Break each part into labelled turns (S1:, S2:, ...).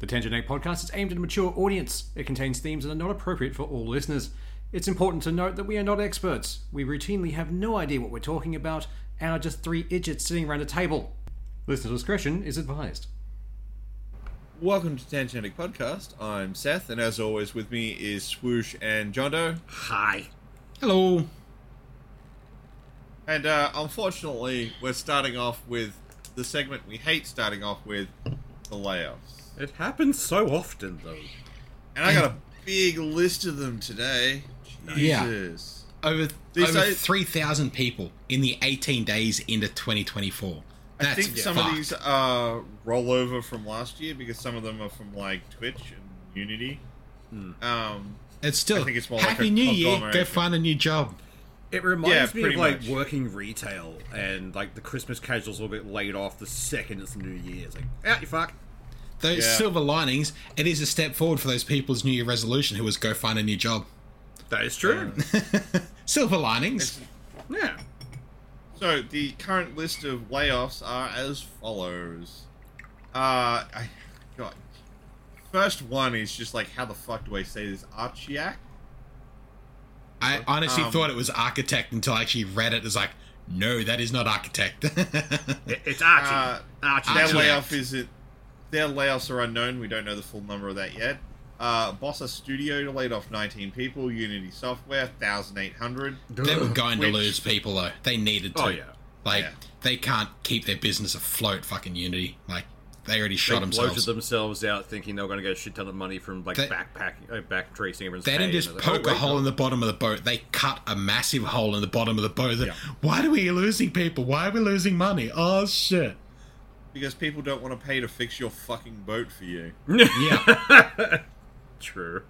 S1: The Tangent Egg podcast is aimed at a mature audience. It contains themes that are not appropriate for all listeners. It's important to note that we are not experts. We routinely have no idea what we're talking about and are just three idiots sitting around a table. Listener discretion is advised.
S2: Welcome to Tangentific Podcast. I'm Seth, and as always, with me is Swoosh and John Doe.
S3: Hi. Hello.
S2: And uh, unfortunately, we're starting off with the segment we hate starting off with the layoffs.
S3: It happens so often, though.
S2: And I got a big list of them today.
S4: Yeah.
S2: Jesus.
S4: over,
S2: These
S4: over
S2: are-
S4: 3,000 people in the 18 days into 2024. That's
S2: I think some
S4: fucked.
S2: of these are rollover from last year because some of them are from like Twitch and Unity. Um,
S4: It's still
S2: I think it's more like
S4: Happy
S2: a
S4: New Year. Go
S2: conglomeration.
S4: find a new job.
S3: It
S2: Yeah,
S3: reminds me
S2: pretty
S3: of like
S2: much.
S3: working retail and like the Christmas casuals all get laid off the second it's New Year's. Like, out you fuck.
S4: Those
S2: Yeah.
S4: silver linings. It is a step forward for those people's New Year resolution who was go find a new job.
S3: That is true.
S4: Silver linings.
S3: yeah.
S2: So the current list of layoffs are as follows. Uh, I, God, first one is just like how the fuck do I say this? Archiac.
S4: I honestly
S2: Um,
S4: thought it was architect until I actually read it. It's like, no, that is not architect.
S3: It- it's Archie.
S2: Uh,
S3: Archie.
S2: Their
S4: Archiac.
S2: layoff is it. Their layoffs are unknown. We don't know the full number of that yet. Uh, Bossa Studio laid off 19 people. Unity Software 1,800.
S4: they were going to
S2: Which-
S4: lose people though. They needed to.
S3: Oh, yeah.
S4: Like
S2: Yeah.
S4: they can't keep their business afloat. Fucking Unity. Like they already shot
S3: they
S4: themselves.
S3: bloated themselves out thinking they were going to get a shit ton of money from like
S4: They-
S3: backpacking, uh, back tracing everyone's
S4: They
S3: pay,
S4: didn't just
S3: and they're like,
S4: poke
S3: oh,
S4: a
S3: wait,
S4: hole
S3: no.
S4: in the bottom of the boat. They cut a massive hole in the bottom of the boat.
S3: Yeah.
S4: Why do we losing people? Why are we losing money? Oh shit!
S2: Because people don't want to pay to fix your fucking boat for you.
S4: Yeah,
S3: "Oh, True.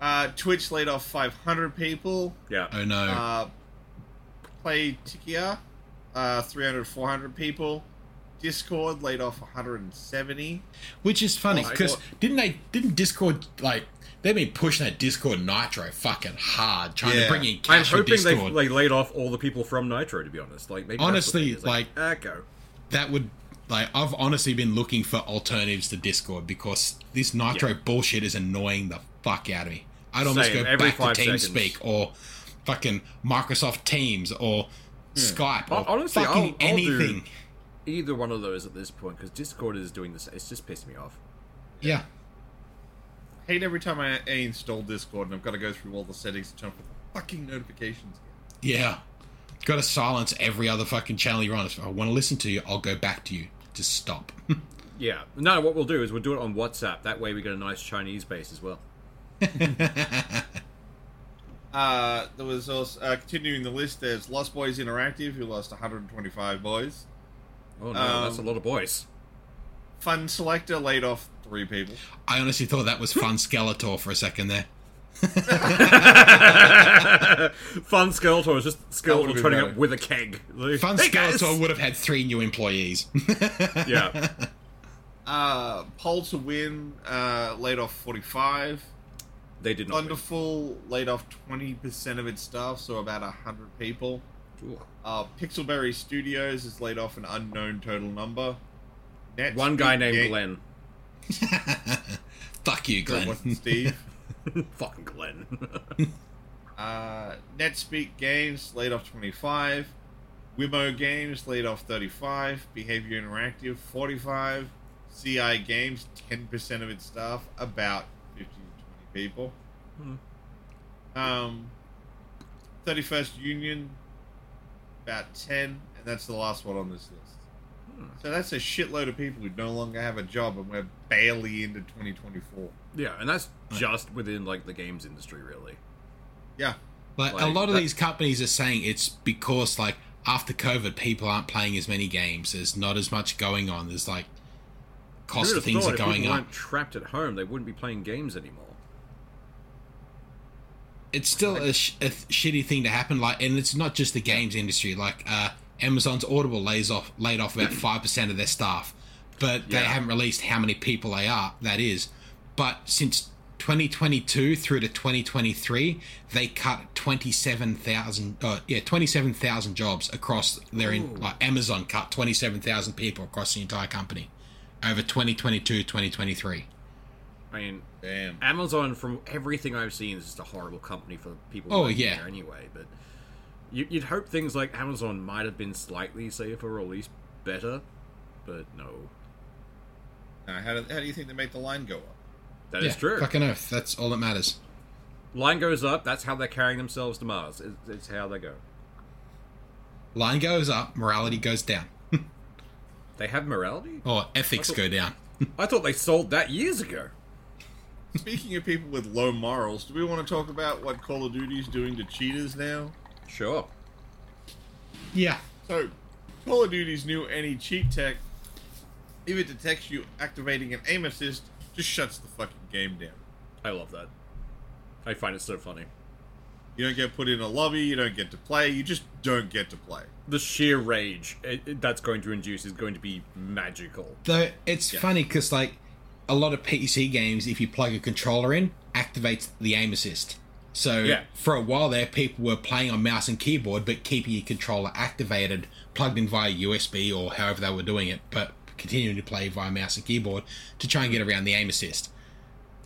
S2: Uh, Twitch laid off 500 people.
S3: Yeah.
S4: oh no.
S2: Uh, play Tikia, uh, 300, 400 people. Discord laid off 170.
S4: Which is funny
S2: Oh, I
S4: because
S2: thought-
S4: didn't they? Didn't Discord like they've been pushing that Discord Nitro fucking hard, trying
S2: Yeah.
S4: to bring in
S3: I'm
S4: cash for
S3: hoping they
S4: Discord.
S3: like laid off all the people from Nitro. To be honest, like maybe that's what
S4: Honestly,
S3: it is. ah, go.
S4: that would like I've honestly been looking for alternatives to Discord because this Nitro bullshit is annoying the fuck out of me. I'd almost
S3: Same,
S4: go
S3: every
S4: back
S3: five
S4: to
S3: seconds.
S4: TeamSpeak or fucking Microsoft Teams or Skype
S3: Hmm. Hon-
S4: or
S3: honestly, I'll-
S4: fucking
S3: I'll do-
S4: anything.
S3: Either one of those at this point because Discord is doing this. It's just pissed me off.
S4: Yeah.
S2: Hate every time I, I install Discord and I've got to go through all the settings to turn off the fucking notifications.
S4: Yeah. Got to silence every other fucking channel you're on. If I want to listen to you, I'll go back to you. Just stop.
S3: Yeah. No, what we'll do is we'll do it on WhatsApp. That way we get a nice Chinese base as well.
S2: Uh, there was also uh, continuing the list. There's Lost Boys Interactive, who lost 125 boys.
S3: Oh no,
S2: Um,
S3: that's a lot of boys.
S2: Fun Selector laid off three people.
S4: I honestly thought that was fun Skeletor for a second there.
S3: Fun Skeletor is
S2: would've
S3: just Skeletor
S2: been
S3: turning
S2: better.
S3: up with a keg. Like,
S4: Fun
S3: "Hey, guys!"
S4: Skeletor would have had three new employees.
S3: Yeah.
S2: Uh, Poll to Win uh, laid off 45.
S3: They did not. win.
S2: Wonderful laid off 20% of its staff, so about 100 people.
S3: Cool.
S2: Uh, Pixelberry Studios has laid off an unknown total number. Netspeak
S3: One guy named
S2: Ga-
S3: Glenn.
S4: Fuck you,
S2: No, it
S4: Glenn.
S2: wasn't Steve.
S3: Fucking Glenn.
S2: uh, NetSpeak Games laid off 25. Wimo Games laid off 35. Behavior Interactive 45. CI Games 10% of its staff, about 50 to 20 people. Um, 31st Union, about 10, and that's the last one on this list. So that's a shitload of people who no longer have a job, and we're barely into 2024.
S3: yeah, and that's just within like the games industry, really.
S2: Yeah.
S4: Like, a
S3: Like,
S4: lot of
S3: that-
S4: these companies are saying it's because like after COVID, people aren't playing as many games. There's not as much going on. There's like
S3: Who
S4: cost
S3: would've
S4: of things
S3: thought
S4: are
S3: if
S4: going
S3: people
S4: up.
S3: weren't trapped at home, they wouldn't be playing games anymore.
S4: It's still a, sh- a th- shitty thing to happen. Like, and it's not just the games industry. Like uh, Amazon's Audible lays off laid off about five percent of their staff, but they
S3: Yeah.
S4: haven't released how many people they are. That is, but since 2022 through to 2023, they cut 27,000. Uh, yeah, 27,000 jobs across their. In, like Amazon cut 27,000 people across the entire company over 2022 2023.
S3: I mean,
S2: Damn.
S3: Amazon, from everything I've seen, is just a horrible company for people.
S4: Oh,
S3: working
S4: yeah.
S3: there anyway, but you, you'd hope things like Amazon might have been slightly safer or at least better, but no,
S2: Now, how, do, how do you think they make the line go up?
S3: that is true.
S4: Fucking oath. That's all that matters.
S3: Line goes up. That's how they're carrying themselves to Mars. It's, it's how they go.
S4: Line goes up, morality goes down,
S3: They have morality.
S4: or Oh, ethics go down.
S3: I thought they sold that years ago.
S2: Speaking of people with low morals, do we want to talk about what Call of Duty is doing to cheaters now?
S3: Sure.
S4: Yeah.
S2: So, Call of Duty's new any cheat tech, if it detects you activating an aim assist, just shuts the fucking game down.
S3: I love that. I find it so funny.
S2: You don't get put in a lobby, you don't get to play, you just don't get to play.
S3: The sheer rage it, it- that's going to induce is going to be magical.
S4: Though it's
S2: Yeah.
S4: funny because like a lot of PC games, if you plug a controller in, activates the aim assist. So
S3: Yeah.
S4: for a while there, people were playing on mouse and keyboard, but keeping your controller activated, plugged in via USB or however they were doing it, but continuing to play via mouse and keyboard to try and get around the aim assist.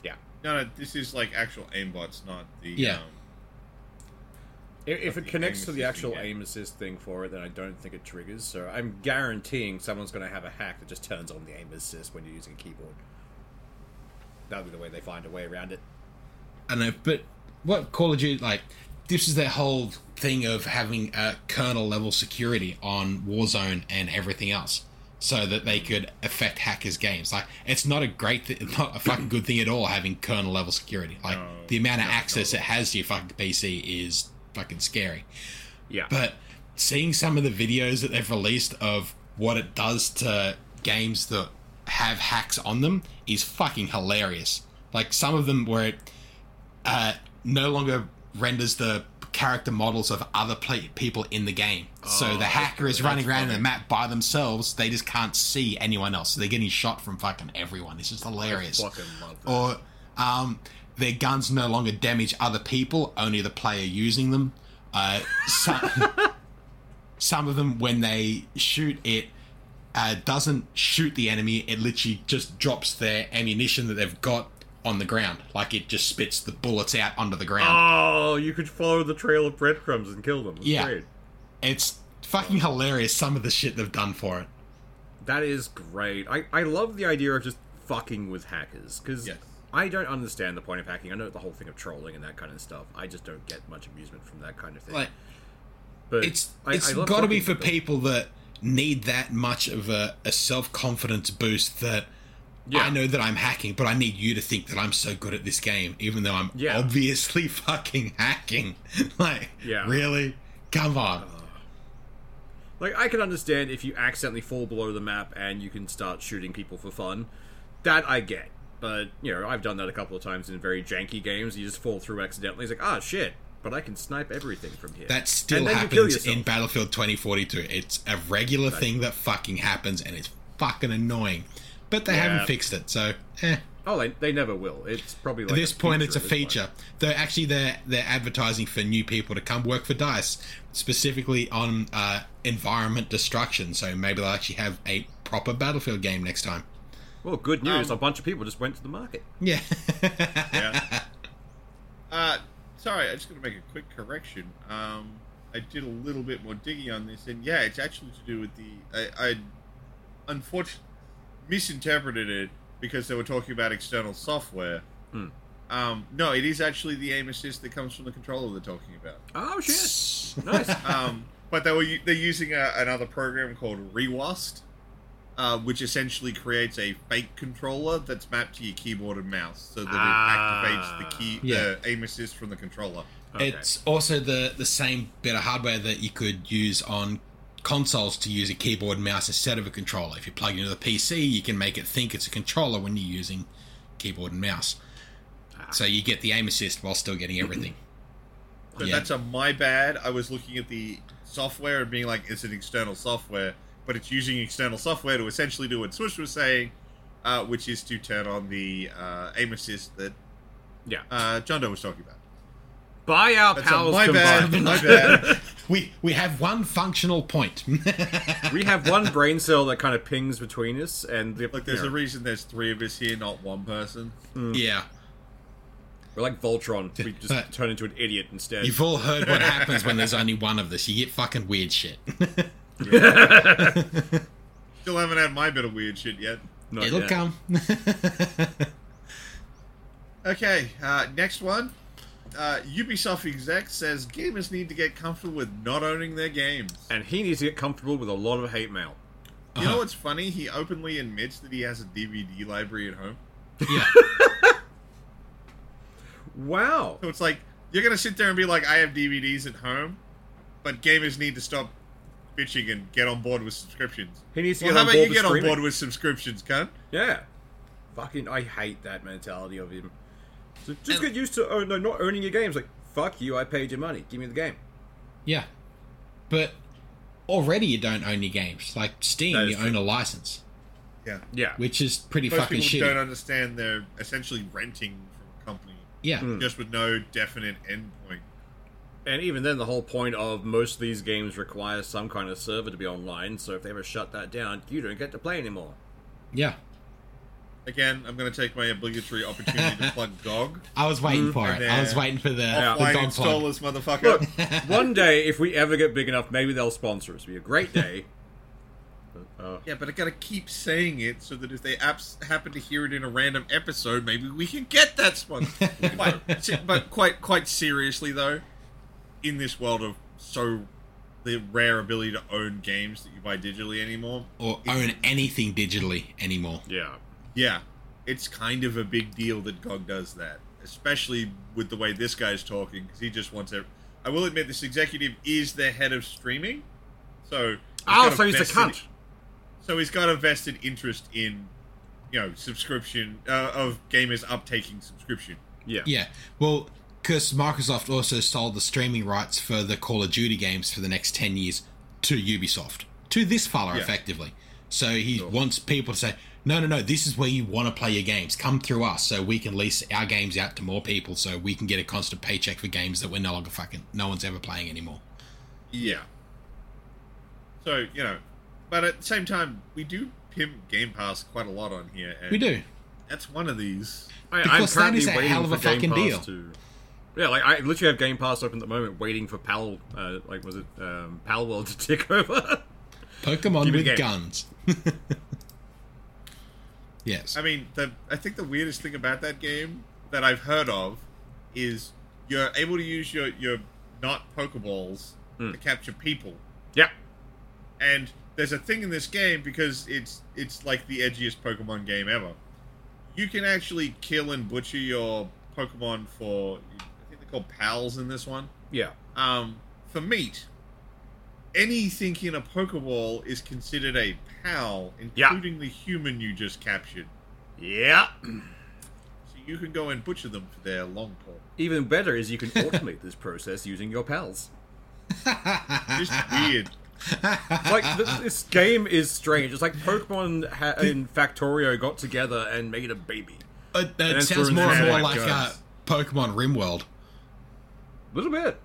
S3: Yeah.
S2: No, no, this is like actual aimbots, not the.
S4: Yeah.
S2: Um,
S3: If, if
S2: Of
S3: it
S2: the
S3: connects
S2: aim
S3: to the
S2: assist
S3: actual
S2: again.
S3: aim assist thing for it, then I don't think it triggers. So I'm guaranteeing someone's going to have a hack that just turns on the aim assist when you're using a keyboard. That'll be the way they find a way around it.
S4: I don't know, but what Call of Duty like? This is their whole thing of having a kernel level security on Warzone and everything else, so that they could affect hackers' games. Like it's not a great, th- not a fucking good thing at all having kernel level security. Like
S2: No,
S4: the amount of
S2: no,
S4: access
S2: no.
S4: it has to your fucking PC is fucking scary.
S3: Yeah.
S4: But seeing some of the videos that they've released of what it does to games that have hacks on them is fucking hilarious. Like some of them where it uh, no longer renders the character models of other play- people in the game. so
S3: Oh,
S4: the hacker is
S3: that's
S4: running around in
S3: funny.
S4: the map by themselves. They just can't see anyone else. So they're getting shot from fucking everyone. This is hilarious.
S3: Fucking love that.
S4: Or um, their guns no longer damage other people, only the player using them. Uh, some, some of them, when they shoot, it uh, doesn't shoot the enemy. It literally just drops their ammunition that they've got on the ground. Like it just spits the bullets out onto the ground.
S3: Oh, you could follow the trail of breadcrumbs and kill them. That's
S4: Yeah.
S3: great.
S4: It's fucking hilarious. Some of the shit they've done for it.
S3: That is great. I, I love the idea of just fucking with hackers because
S2: Yes.
S3: I don't understand the point of hacking. I know the whole thing of trolling and that kind of stuff. I just don't get much amusement from that kind of thing.
S4: Like
S3: but
S4: it's
S3: I-
S4: it's
S3: I love
S4: got to be
S3: fucking
S4: for
S3: with them.
S4: people that need that much of a, a self confidence boost that.
S3: Yeah.
S4: I know that I'm hacking, but I need you to think that I'm so good at this game, even though I'm
S3: Yeah.
S4: obviously fucking hacking. like,
S3: Yeah. Oh,
S4: really? Come on.
S3: Like I can understand if you accidentally fall below the map and you can start shooting people for fun. That I get. But, you know, I've done that a couple of times in very janky games. You just fall through accidentally. It's like, ah, shit. But I can snipe everything from here.
S4: That
S3: And
S4: still
S3: then you kill
S4: happens in
S3: yourself.
S4: Battlefield 2042. It's a regular thing that fucking happens, and it's fucking annoying. But they
S3: Yeah.
S4: haven't fixed it, so eh.
S3: Oh, they, they never will. It's probably like
S4: At this point, it's a
S3: at this point.
S4: feature. Though actually, they're they're advertising for new people to come work for Dice, specifically on uh, environment destruction. So maybe they'll actually have a proper Battlefield game next time.
S3: Well, good news.
S2: Um,
S3: a bunch of people just went to the market.
S4: Yeah.
S2: yeah. Uh, sorry, I just got to make a quick correction. Um, I did a little bit more digging on this, and yeah, it's actually to do with the. I, I unfortunately misinterpreted it because they were talking about external software.
S3: Hmm.
S2: Um, no, it is actually the aim assist that comes from the controller they're talking about.
S3: Oh, shit. Nice.
S2: Um, but they were u- they're using a, another program called Rewast, uh, which essentially creates a fake controller that's mapped to your keyboard and mouse, so that
S3: Ah.
S2: it activates the key
S4: Yeah.
S2: the aim assist from the controller.
S3: Okay.
S4: It's also the the same bit of hardware that you could use on consoles to use a keyboard and mouse instead of a controller. If you plug it into the PC, you can make it think it's a controller when you're using keyboard and mouse. So you get the aim assist while still getting everything.
S2: So
S4: Yeah.
S2: that's a my bad. I was looking at the software and being like, it's an external software, but it's using external software to essentially do what Swish was saying, uh, which is to turn on the uh, aim assist that
S3: Yeah.
S2: uh, John Doe was talking about.
S3: By our
S2: That's a-
S3: powers
S2: my
S3: combined,
S2: bad. My bad.
S4: We we have one functional point.
S3: we have one brain cell that kind of pings between us, and the,
S2: Look, there's
S3: you
S2: a
S3: know,
S2: reason there's three of us here, not one person.
S4: yeah.
S3: we're like Voltron. We
S4: Uh,
S3: just turn into an idiot instead.
S4: You've all heard what happens when there's only one of us. You get fucking weird shit.
S2: Still haven't had my bit of weird shit yet.
S3: Not
S4: It'll
S3: yet.
S4: come.
S2: Okay, uh, next one. Uh, Ubisoft exec says gamers need to get comfortable with not owning their games.
S3: and he needs to get comfortable with a lot of hate mail.
S2: You
S3: Uh-huh.
S2: know what's funny? He openly admits that he has a DVD library at home.
S4: yeah.
S3: Wow.
S2: So it's like you're gonna sit there and be like, "I have DVDs at home," but gamers need to stop bitching and get on board with subscriptions.
S3: He needs to
S2: Well,
S3: get
S2: how
S3: on
S2: about
S3: board
S2: you
S3: with
S2: get on
S3: streaming.
S2: board with subscriptions, cunt?
S3: Yeah. Fucking, I hate that mentality of him. So just get used to oh, no, not owning your games. Like, fuck you, I paid your money. Give me the game.
S4: Yeah. But already you don't own your games. Like Steam,
S3: That is
S4: you own a license,
S2: Yeah.
S3: Yeah.
S4: which is pretty
S2: Most
S4: fucking
S2: people
S4: shitty.
S2: don't understand they're essentially renting from a company
S4: yeah.
S3: Mm.
S2: just with no definite end point.
S3: And even then, the whole point of most of these games requires some kind of server to be online, so if they ever shut that down, you don't get to play anymore.
S4: Yeah.
S2: Again, I'm going to take my obligatory opportunity to plug GOG.
S4: I was waiting for it.
S2: And
S4: I was
S2: then
S4: waiting for the, the
S2: Mm. Offline
S4: dog plug.
S2: installers, motherfucker.
S3: Look, one day, if we ever get big enough, maybe they'll sponsor us. It'll be a great day. Uh,
S2: Yeah, but I gotta keep saying it so that if they abs- happen to hear it in a random episode, maybe we can get that sponsor. but, se- but quite quite seriously though, in this world of so the rare ability to own games that you buy digitally anymore,
S4: or own anything digitally anymore.
S3: yeah.
S2: yeah, it's kind of a big deal that GOG does that, especially with the way this guy's talking because he just wants it. I will admit, this executive is the head of streaming, so
S3: Oh,
S2: got
S3: so he's a
S2: vested-
S3: cunt.
S2: so he's got a vested interest in, you know, subscription uh, of gamers uptaking subscription.
S3: Yeah.
S4: Yeah. Well, because Microsoft also sold the streaming rights for the Call of Duty games for the next 10 years to Ubisoft, to this fella,
S2: Yeah.
S4: effectively. So he wants people to say, no, no, no, this is where you want to play your games. Come through us so we can lease our games out to more people so we can get a constant paycheck for games that we're no longer fucking, no one's ever playing anymore.
S2: Yeah. So you know, but at the same time, we do pimp Game Pass quite a lot on here. And
S4: We do.
S2: That's one of these.
S3: I,
S4: Because
S3: I'm
S4: that
S3: currently
S4: is a
S3: waiting
S4: hell of
S3: for
S4: a
S3: Game
S4: fucking
S3: Pass
S4: deal.
S3: To, yeah, like I literally have Game Pass open at the moment, waiting for Pal, uh, like was it um, Pal World to take over?
S4: Pokemon
S3: Give me the game.
S4: with guns. yes.
S2: I mean, the I think the weirdest thing about that game that I've heard of is you're able to use your your not Pokeballs to capture people.
S3: yeah,
S2: And there's a thing in this game because it's it's like the edgiest Pokemon game ever. You can actually kill and butcher your Pokemon for I think they're called pals in this one.
S3: yeah,
S2: Um, for meat. Anything in a Pokeball is considered a pal,
S3: Yeah.
S2: including the human you just captured.
S3: yeah.
S2: So you can go and butcher them for their long pole.
S3: Even better is you can automate this process using your pals.
S2: Just weird.
S3: It's Like this, this game is strange. It's like Pokemon ha- and Factorio got together and made a baby.
S4: Uh, that
S3: that's
S4: sounds
S3: where
S4: more and
S3: it's
S4: more
S3: at,
S4: like uh,
S2: guys.
S4: Pokemon Rimworld.
S3: A little bit.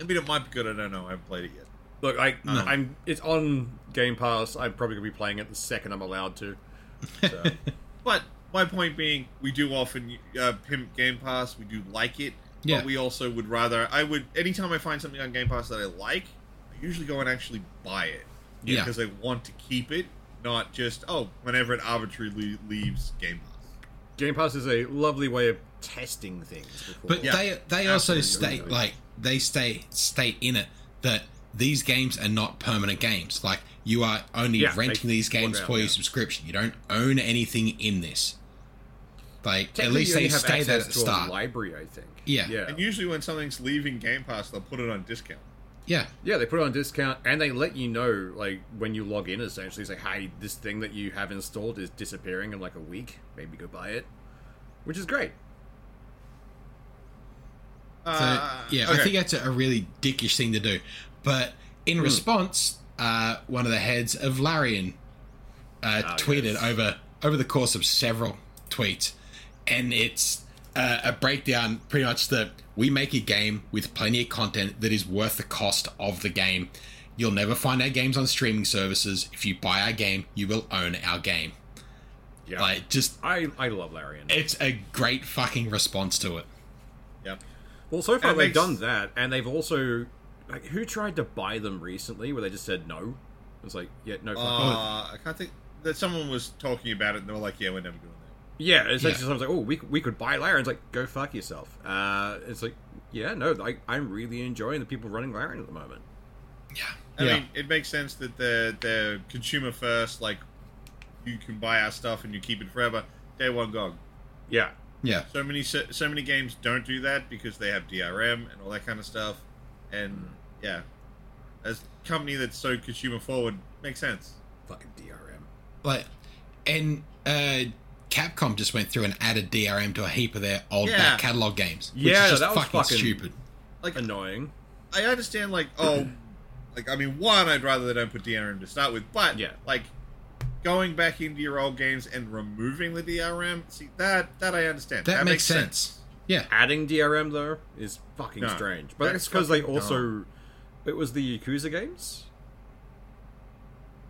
S2: I mean, it might be good. I don't know. I haven't played it yet.
S3: Look, I, I'm. It's on Game Pass. I'm probably gonna be playing it the second I'm allowed to. So,
S2: But my point being, we do often uh, pimp Game Pass. We do like it.
S4: Yeah.
S2: But we also would rather. I would. Anytime I find something on Game Pass that I like, I usually go and actually buy it.
S4: Yeah.
S2: Because I want to keep it, not just, oh, whenever it arbitrarily leaves Game Pass.
S3: Game Pass is a lovely way of testing things. Before.
S4: But
S2: Yeah,
S4: they they also
S3: absolutely.
S4: state like they stay state in it that these games are not permanent games. Like you are only
S3: Yeah, they
S4: renting these
S3: swap
S4: games
S3: out,
S4: for your
S3: yeah.
S4: subscription. You don't own anything in this. Like at
S3: Technically,
S4: least
S3: you
S4: they
S3: only have
S4: stay that
S3: access
S4: at the
S3: to a
S4: start.
S3: library, I think.
S4: Yeah.
S3: yeah,
S2: And usually when something's leaving Game Pass, they'll put it on discount.
S4: yeah,
S3: yeah. They put it on discount, and they let you know, like when you log in, essentially, say, "Hey, this thing that you have installed is disappearing in like a week. Maybe go buy it," which is great.
S4: So,
S2: Uh,
S4: yeah. I
S2: okay. Hmm.
S4: think that's a, a really dickish thing to do. But in response, uh, one of the heads of Larian uh,
S3: Oh,
S2: Ah,
S4: tweeted
S3: yes.
S4: over over the course of several tweets, and it's uh, a, a breakdown pretty much that we make a game with plenty of content that is worth the cost of the game. You'll never find our games on streaming services. If you buy our game, you will own our game.
S3: Yeah.
S4: Like, just,
S3: I, I love Larian.
S4: it's a great fucking response to it.
S2: Yep.
S3: Well, so far
S2: It
S3: they've
S2: makes-
S3: done that, and they've also like who tried to buy them recently where they just said no. It's like yeah, no.
S2: Uh,
S3: fuck
S4: Oh,
S3: off.
S2: I can't think that someone was talking about it and they were like, "Yeah, we're never doing that."
S3: yeah, it's like someone's like, oh, we, we could buy Larian. It's like go fuck yourself. Uh, it's like yeah, no, I, I'm really enjoying the people running Larian at the moment.
S2: I
S4: Yeah.
S2: mean, it makes sense that they're they're consumer first. Like, you can buy our stuff and you keep it forever. Day one gone.
S3: Yeah,
S4: Yeah.
S2: So many so, so many games don't do that because they have DRM and all that kind of stuff. And yeah, as a company that's so consumer forward, makes sense.
S3: fucking DRM.
S4: Like, and uh, Capcom just went through and added DRM to a heap of their old
S2: Yeah.
S4: back catalog games. Which
S3: Yeah,
S4: is just
S3: that was
S4: fucking,
S3: fucking-
S4: stupid.
S2: Like,
S3: Annoying.
S2: I understand, like, oh, like, I mean, one, I'd rather they don't put DRM to start with, but,
S3: Yeah.
S2: like, going back into your old games and removing the DRM, see, that, that I understand.
S4: That, makes, sense. Yeah.
S3: Adding DRM though is fucking
S2: No,
S3: strange, but
S2: that's
S3: it's because they
S2: fucking
S3: also it was the Yakuza games.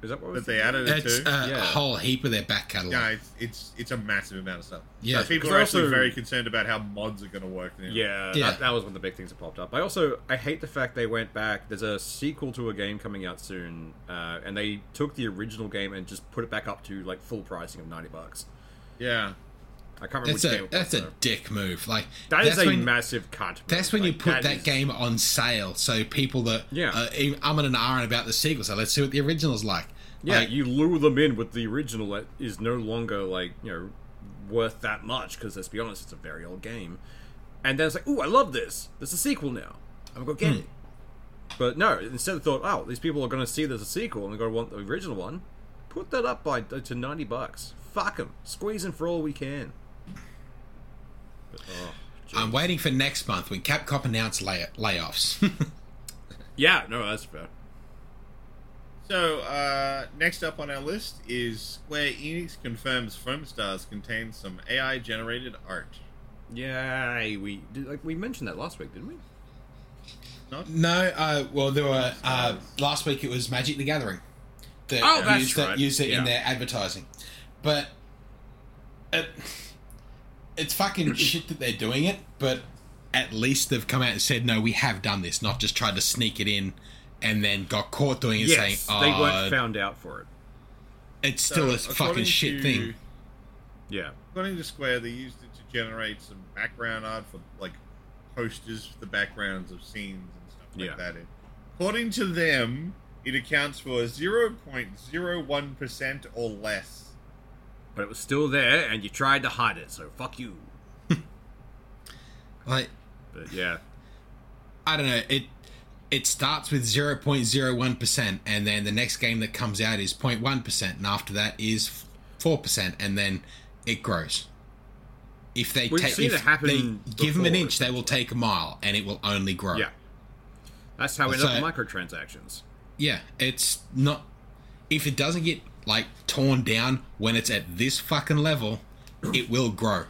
S3: Is that what was
S2: That they added it
S4: It's
S2: to.
S4: a
S3: Yeah.
S4: whole heap of their back catalog.
S2: yeah, it's, it's it's a massive amount of stuff.
S4: Yeah.
S2: Like, people
S3: 'Cause
S2: are actually
S3: also-
S2: very concerned about how mods are going to work now.
S3: Yeah,
S4: Yeah.
S3: That, that was one of the big things that popped up. I also I hate the fact they went back. There's a sequel to a game coming out soon, uh, and they took the original game and just put it back up to like full pricing of ninety bucks.
S2: yeah.
S3: I can't remember
S4: That's
S3: which
S4: a
S3: game. it was,
S4: that's a
S3: though.
S4: dick move. Like
S3: that is a
S4: that's when,
S3: massive cut.
S4: that's when you put that, game on sale, so people that
S3: Yeah.
S4: uh, even umming and ahhing about the sequel. So let's see what the original's like.
S3: Yeah,
S4: Like,
S3: you lure them in with the original that is no longer like you know worth that much because let's be honest, it's a very old game. And then it's like, ooh, I love this. There's a sequel now. I'm gonna go get it.
S4: Hmm.
S3: But no, instead they thought, oh, these people are gonna see there's a sequel and they're gonna want the original one. Put that up by uh, to ninety bucks. Fuck them. Squeeze in for all we can. But, oh, gee.
S4: I'm waiting for next month when Capcom announce lay- layoffs.
S3: yeah, no, that's fair.
S2: So, uh, next up on our list is Square Enix confirms Foamstars contains some AI generated art.
S3: Yeah, we did, like we mentioned that last week, didn't we?
S2: Not
S4: no, uh, well there were uh, last week it was Magic the Gathering. That
S3: Oh, that's
S4: used,
S3: right.
S4: that used it
S3: Yeah.
S4: in their advertising, but it, it's fucking shit that they're doing it. But at least they've come out and said no, we have done this, not just tried to sneak it in. And then got caught doing it, saying,
S3: Yes, they
S4: "Oh,
S3: weren't found out for it.
S4: It's still a
S2: So,
S4: fucking
S2: according
S4: shit
S2: to-
S4: thing.
S3: Yeah.
S2: According to Square, they used it to generate some background art for like posters, for the backgrounds of scenes and stuff like
S3: Yeah.
S2: that. It- according to them, it accounts for zero point zero one percent or less.
S3: but it was still there, and you tried to hide it. So fuck you.
S4: Like
S3: But yeah,
S4: I don't know. It it starts with zero point zero one percent, and then the next game that comes out is 0.1 percent, and after that is four percent, and then it grows. If they
S3: We've
S4: take,
S3: seen
S4: if
S3: it happen
S4: they give them an
S3: before.
S4: inch, they will take a mile, and it will only grow.
S3: yeah, that's how we end
S4: So-
S3: up with microtransactions.
S4: yeah. It's not if it doesn't get like torn down when it's at this fucking level, it will grow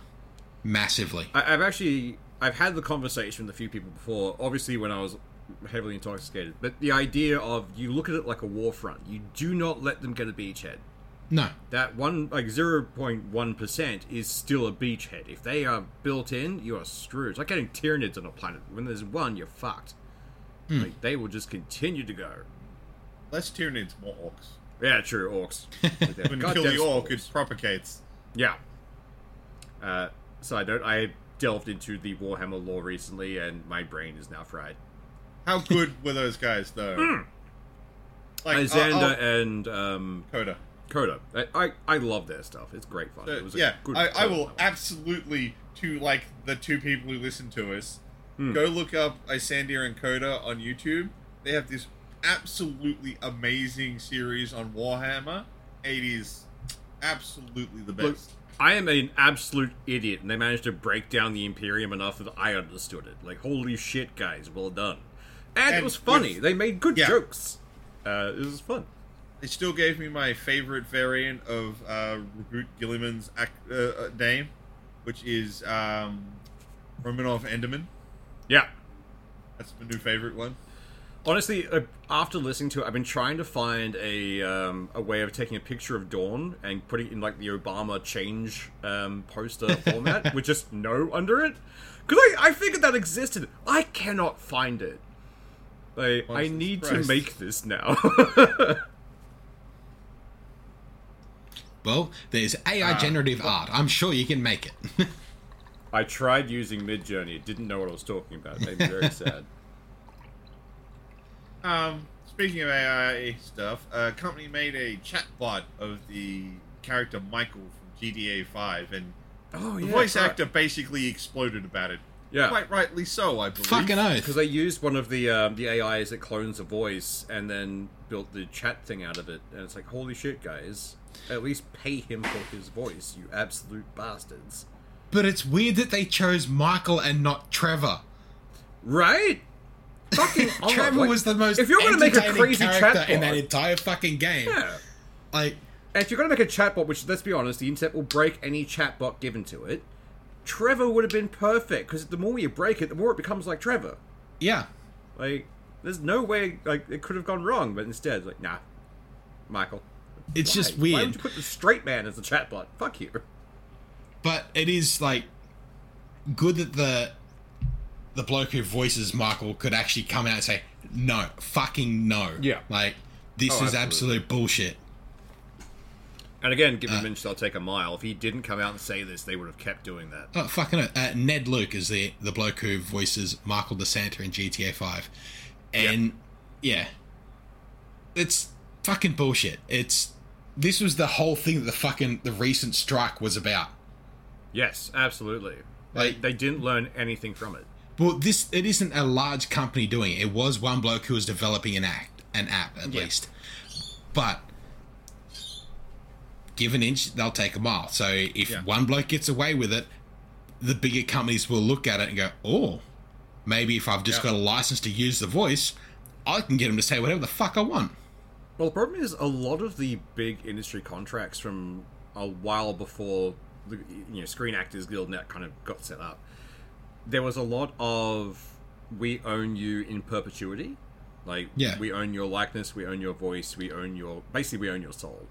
S4: massively.
S3: I, I've actually I've had the conversation with a few people before. Obviously, when I was heavily intoxicated, but the idea of you look at it like a war front. You do not let them get a beachhead.
S4: No,
S3: That one like zero point one percent is still a beachhead. If they are built in, you are screwed. It's like getting tyrannids on a planet. When there's one, you're fucked. Like they will just continue to go.
S2: Less Tyranids, more orcs.
S3: Yeah, true. Orcs.
S2: When you kill the orc, it propagates.
S3: Yeah. Uh, side note: I delved into the Warhammer lore recently, and my brain is now fried.
S2: How good were those guys though? Like uh,
S3: Hmm. Alexander
S2: oh,
S3: and um,
S2: Coda.
S3: Coda. I, I I love their stuff. It's great fun.
S2: So,
S3: it was a
S2: Uh, yeah,
S3: good.
S2: I, I
S3: time.
S2: will absolutely to like the two people who listen to us
S3: Hmm.
S2: go look up Isandir and Coda on YouTube. They have this absolutely amazing series on Warhammer. It is absolutely the
S3: Look,
S2: best.
S3: I am an absolute idiot, and they managed to break down the Imperium enough that I understood it. Like, holy shit, guys, well done. And, it
S2: And
S3: was funny.
S2: with-
S3: they made good
S2: Yeah.
S3: jokes. Uh, it was fun.
S2: They still gave me my favorite variant of uh, Reboot Gilliman's ac- uh, uh, name, which is um, Romanov Enderman.
S3: Yeah.
S2: That's my new favorite one.
S3: Honestly, uh, after listening to it, I've been trying to find a um, a way of taking a picture of Dawn and putting it in like the Obama change um, poster format with just no under it, because I, I figured that existed. I cannot find it. Like, I
S2: Jesus
S3: need
S2: Christ.
S3: to make this now.
S4: Well, there's AI
S3: uh,
S4: generative art. I'm sure you can make it.
S3: I tried using Midjourney, didn't know what I was talking about. It made me very sad.
S2: Um, speaking of AI stuff, a company made a chatbot of the character Michael from GTA 5, and
S3: Oh
S2: the
S3: yeah,
S2: voice
S3: right.
S2: actor basically exploded about it.
S3: Yeah.
S2: Quite rightly so, I believe.
S4: Fucking
S3: Because
S4: oath.
S3: they used one of the um, the AIs that clones a voice and then built the chat thing out of it, and it's like, holy shit, guys! At least pay him for his voice, you absolute bastards!
S4: But it's weird that they chose Michael and not Trevor.
S3: Right? Fucking odd.
S4: Trevor
S3: Oh, Like,
S4: was the most
S3: If you're gonna make a
S4: entertaining
S3: crazy
S4: character
S3: chatbot-
S4: in that entire fucking game.
S3: yeah.
S4: Like,
S3: And if you're gonna make a chatbot, which let's be honest, the internet will break any chatbot given to it. Trevor would have been perfect because the more you break it, the more it becomes like Trevor.
S4: yeah.
S3: Like, there's no way like it could have gone wrong, but instead, like, nah, Michael.
S4: It's just
S3: Why? Why would
S4: weird.
S3: you put the straight man as the chatbot? Fuck you.
S4: but it is like good that the the bloke who voices Michael could actually come out and say no, fucking no.
S3: Yeah.
S4: Like this
S3: Oh,
S4: is
S3: absolutely.
S4: absolute bullshit.
S3: And again,
S4: Uh.
S3: give him an inch, they'll take a mile. If he didn't come out and say this, they would have kept doing that.
S4: Oh, fucking it. Uh, Ned Luke is the the bloke who voices Michael DeSanta in GTA Five, and yeah, it's fucking bullshit. It's this was the whole thing that the fucking the recent strike was about.
S3: Yes, absolutely.
S4: Like
S3: They didn't learn anything from it.
S4: Well, this it isn't a large company doing it. It was one bloke who was developing an act, an app at
S3: Yeah.
S4: least. But give an inch, they'll take a mile. So if
S2: Yeah.
S4: one bloke gets away with it, the bigger companies will look at it and go, "Oh, maybe if I've just
S2: Yeah.
S4: got a license to use the voice, I can get them to say whatever the fuck I want."
S3: Well, the problem is a lot of the big industry contracts from a while before the you know Screen Actors Guild and that kind of got set up. There was a lot of we own you in perpetuity, like
S4: Yeah.
S3: we own your likeness, we own your voice, we own your basically we own your soul.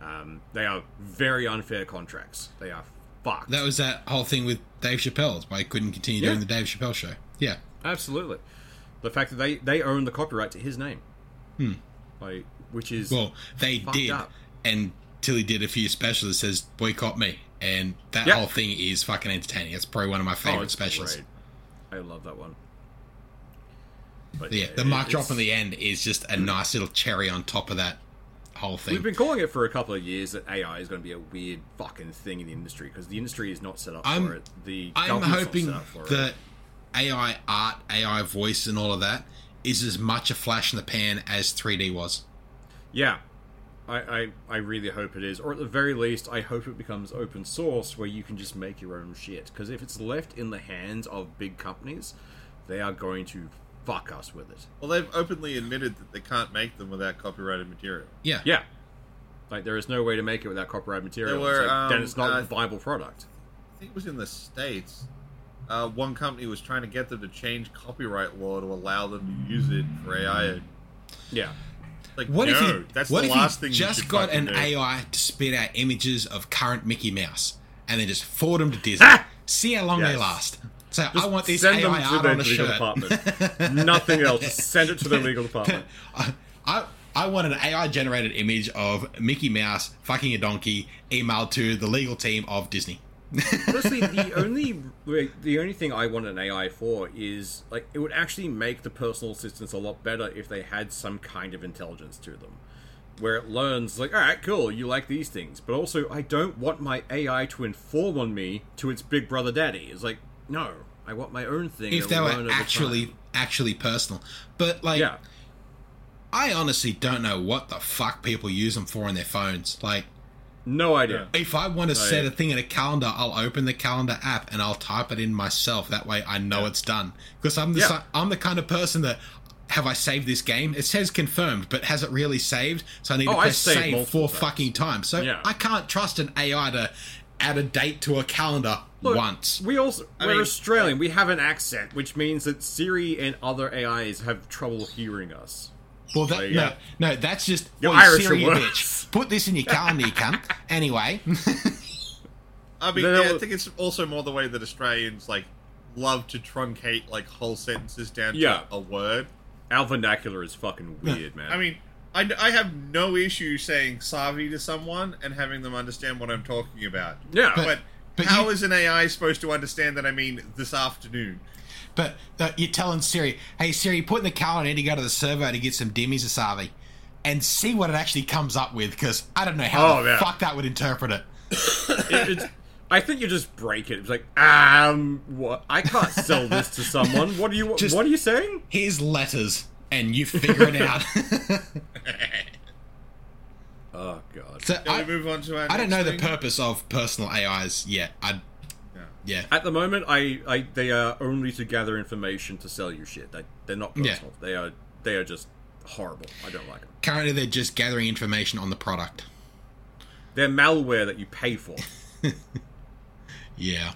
S3: Um, they are very unfair contracts. They are fucked.
S4: That was that whole thing with Dave Chappelle. Why he couldn't continue
S3: Yeah.
S4: doing the Dave Chappelle show? Yeah,
S3: Absolutely. The fact that they they own the copyright to his name. Hmm. Like which is
S4: Well, they
S3: Fucked
S4: did,
S3: up.
S4: and Tilly did a few specials that says boycott me, and that
S3: Yeah. Oh,
S4: whole thing is fucking entertaining. It's probably one of my favorite
S3: it's
S4: specials.
S3: great. I love that one. But
S4: Yeah, the
S3: it-
S4: mic drop
S3: it's-
S4: in the end is just a nice little cherry on top of that whole thing.
S3: We've been calling it for a couple of years that AI is going to be a weird fucking thing in the industry because the industry is not set up
S4: I'm-
S3: for it. The
S4: I'm
S3: government's not
S4: hoping
S3: set up for it.
S4: that AI art, AI voice, and all of that is as much a flash in the pan as 3D was.
S3: Yeah. I, I, I really hope it is. Or at the very least, I hope it becomes open source where you can just make your own shit. Because if it's left in the hands of big companies, they are going to fuck us with it.
S2: Well, they've openly admitted that they can't make them without copyrighted material.
S4: Yeah,
S3: Yeah. Like, there is no way to make it without copyright material.
S2: There were,
S3: It's like, then
S2: um,
S3: it's not
S2: uh,
S3: a viable product.
S2: I think it was in the States. Uh, one company was trying to get them to change copyright law to allow them to use it for AI.
S3: Yeah.
S2: Like,
S4: What
S2: no,
S4: if you,
S2: that's
S4: what
S2: the
S4: if you
S2: last thing you
S4: just
S2: should
S4: got
S2: fucking
S4: an
S2: do.
S4: AI to spit out images of current Mickey Mouse and then just forward them to Disney? See how long they
S3: Yes.
S4: last. So I want this
S3: send
S4: AI
S3: them to
S4: art
S3: their
S4: on a
S3: legal
S4: shirt.
S3: department. Nothing else. Just send it to their legal department.
S4: I, I I want an AI generated image of Mickey Mouse fucking a donkey emailed to the legal team of Disney.
S3: Honestly, the only like, the only thing I want an AI for is like it would actually make the personal assistants a lot better if they had some kind of intelligence to them, where it learns like, all right, cool, you like these things, but also I don't want my AI to inform on me to its big brother daddy. It's like, no, I want my own thing.
S4: If they
S3: that'll learn over
S4: were actually
S3: time.
S4: actually personal. But like
S3: yeah.
S4: I honestly don't know what the fuck people use them for on their phones. Like
S3: No idea.
S4: if I want to set a
S3: Like-
S4: thing in a calendar, I'll open the calendar app and I'll type it in myself. That way, I know it's done. Because I'm the
S3: Yeah.
S4: si- I'm the kind of person that have I saved this game? It says confirmed, but has it really saved? So I need
S3: Oh,
S4: to
S3: I
S4: press
S3: saved
S4: save
S3: multiple
S4: four
S3: times.
S4: fucking times. So
S3: Yeah.
S4: I can't trust an AI to add a date to a calendar once.
S3: We also we're
S2: mean- uh,
S3: Australian. We have an accent, which means that Siri and other AIs have trouble hearing us.
S4: Well, that,
S3: There you
S4: no,
S3: go.
S4: no, that's just
S3: Your
S4: Oi,
S3: Irish
S4: Siri,
S3: are
S4: you
S3: worse.
S4: bitch. Put this in your calendar, you cunt. Anyway,
S2: I mean,
S3: No, no,
S2: yeah, I
S3: well-
S2: think it's also more the way that Australians like love to truncate like whole sentences down
S3: Yeah.
S2: to a word.
S3: Our vernacular is fucking weird, man.
S2: I mean, I, I have no issue saying Savi to someone and having them understand what I'm talking about.
S3: yeah,
S2: But,
S4: but
S2: how
S4: you-
S2: is an AI supposed to understand that I mean this afternoon?
S4: but uh, you're telling Siri, hey Siri, put in the calendar to go to the server to get some dimmies Asavi and see what it actually comes up with because I don't know how
S3: Oh,
S4: the
S3: yeah.
S4: fuck that would interpret it.
S3: it- it's, I think you just break it. It's like, um, what? I can't sell this to someone. What are you?
S4: Just-
S3: what are you saying?
S4: Here's letters and you figure it out.
S3: Oh god.
S4: so
S2: Can we
S4: I,
S2: move on to our
S4: I don't
S2: next
S4: know the
S2: thing?
S4: purpose of personal AIs yet. I,
S2: Yeah.
S4: yeah.
S3: At the moment, I, I they are only to gather information to sell you shit. They, they're not
S4: Yeah.
S3: personal. They are they are just horrible. I don't like them.
S4: Currently, they're just gathering information on the product.
S3: They're malware that you pay for.
S4: Yeah.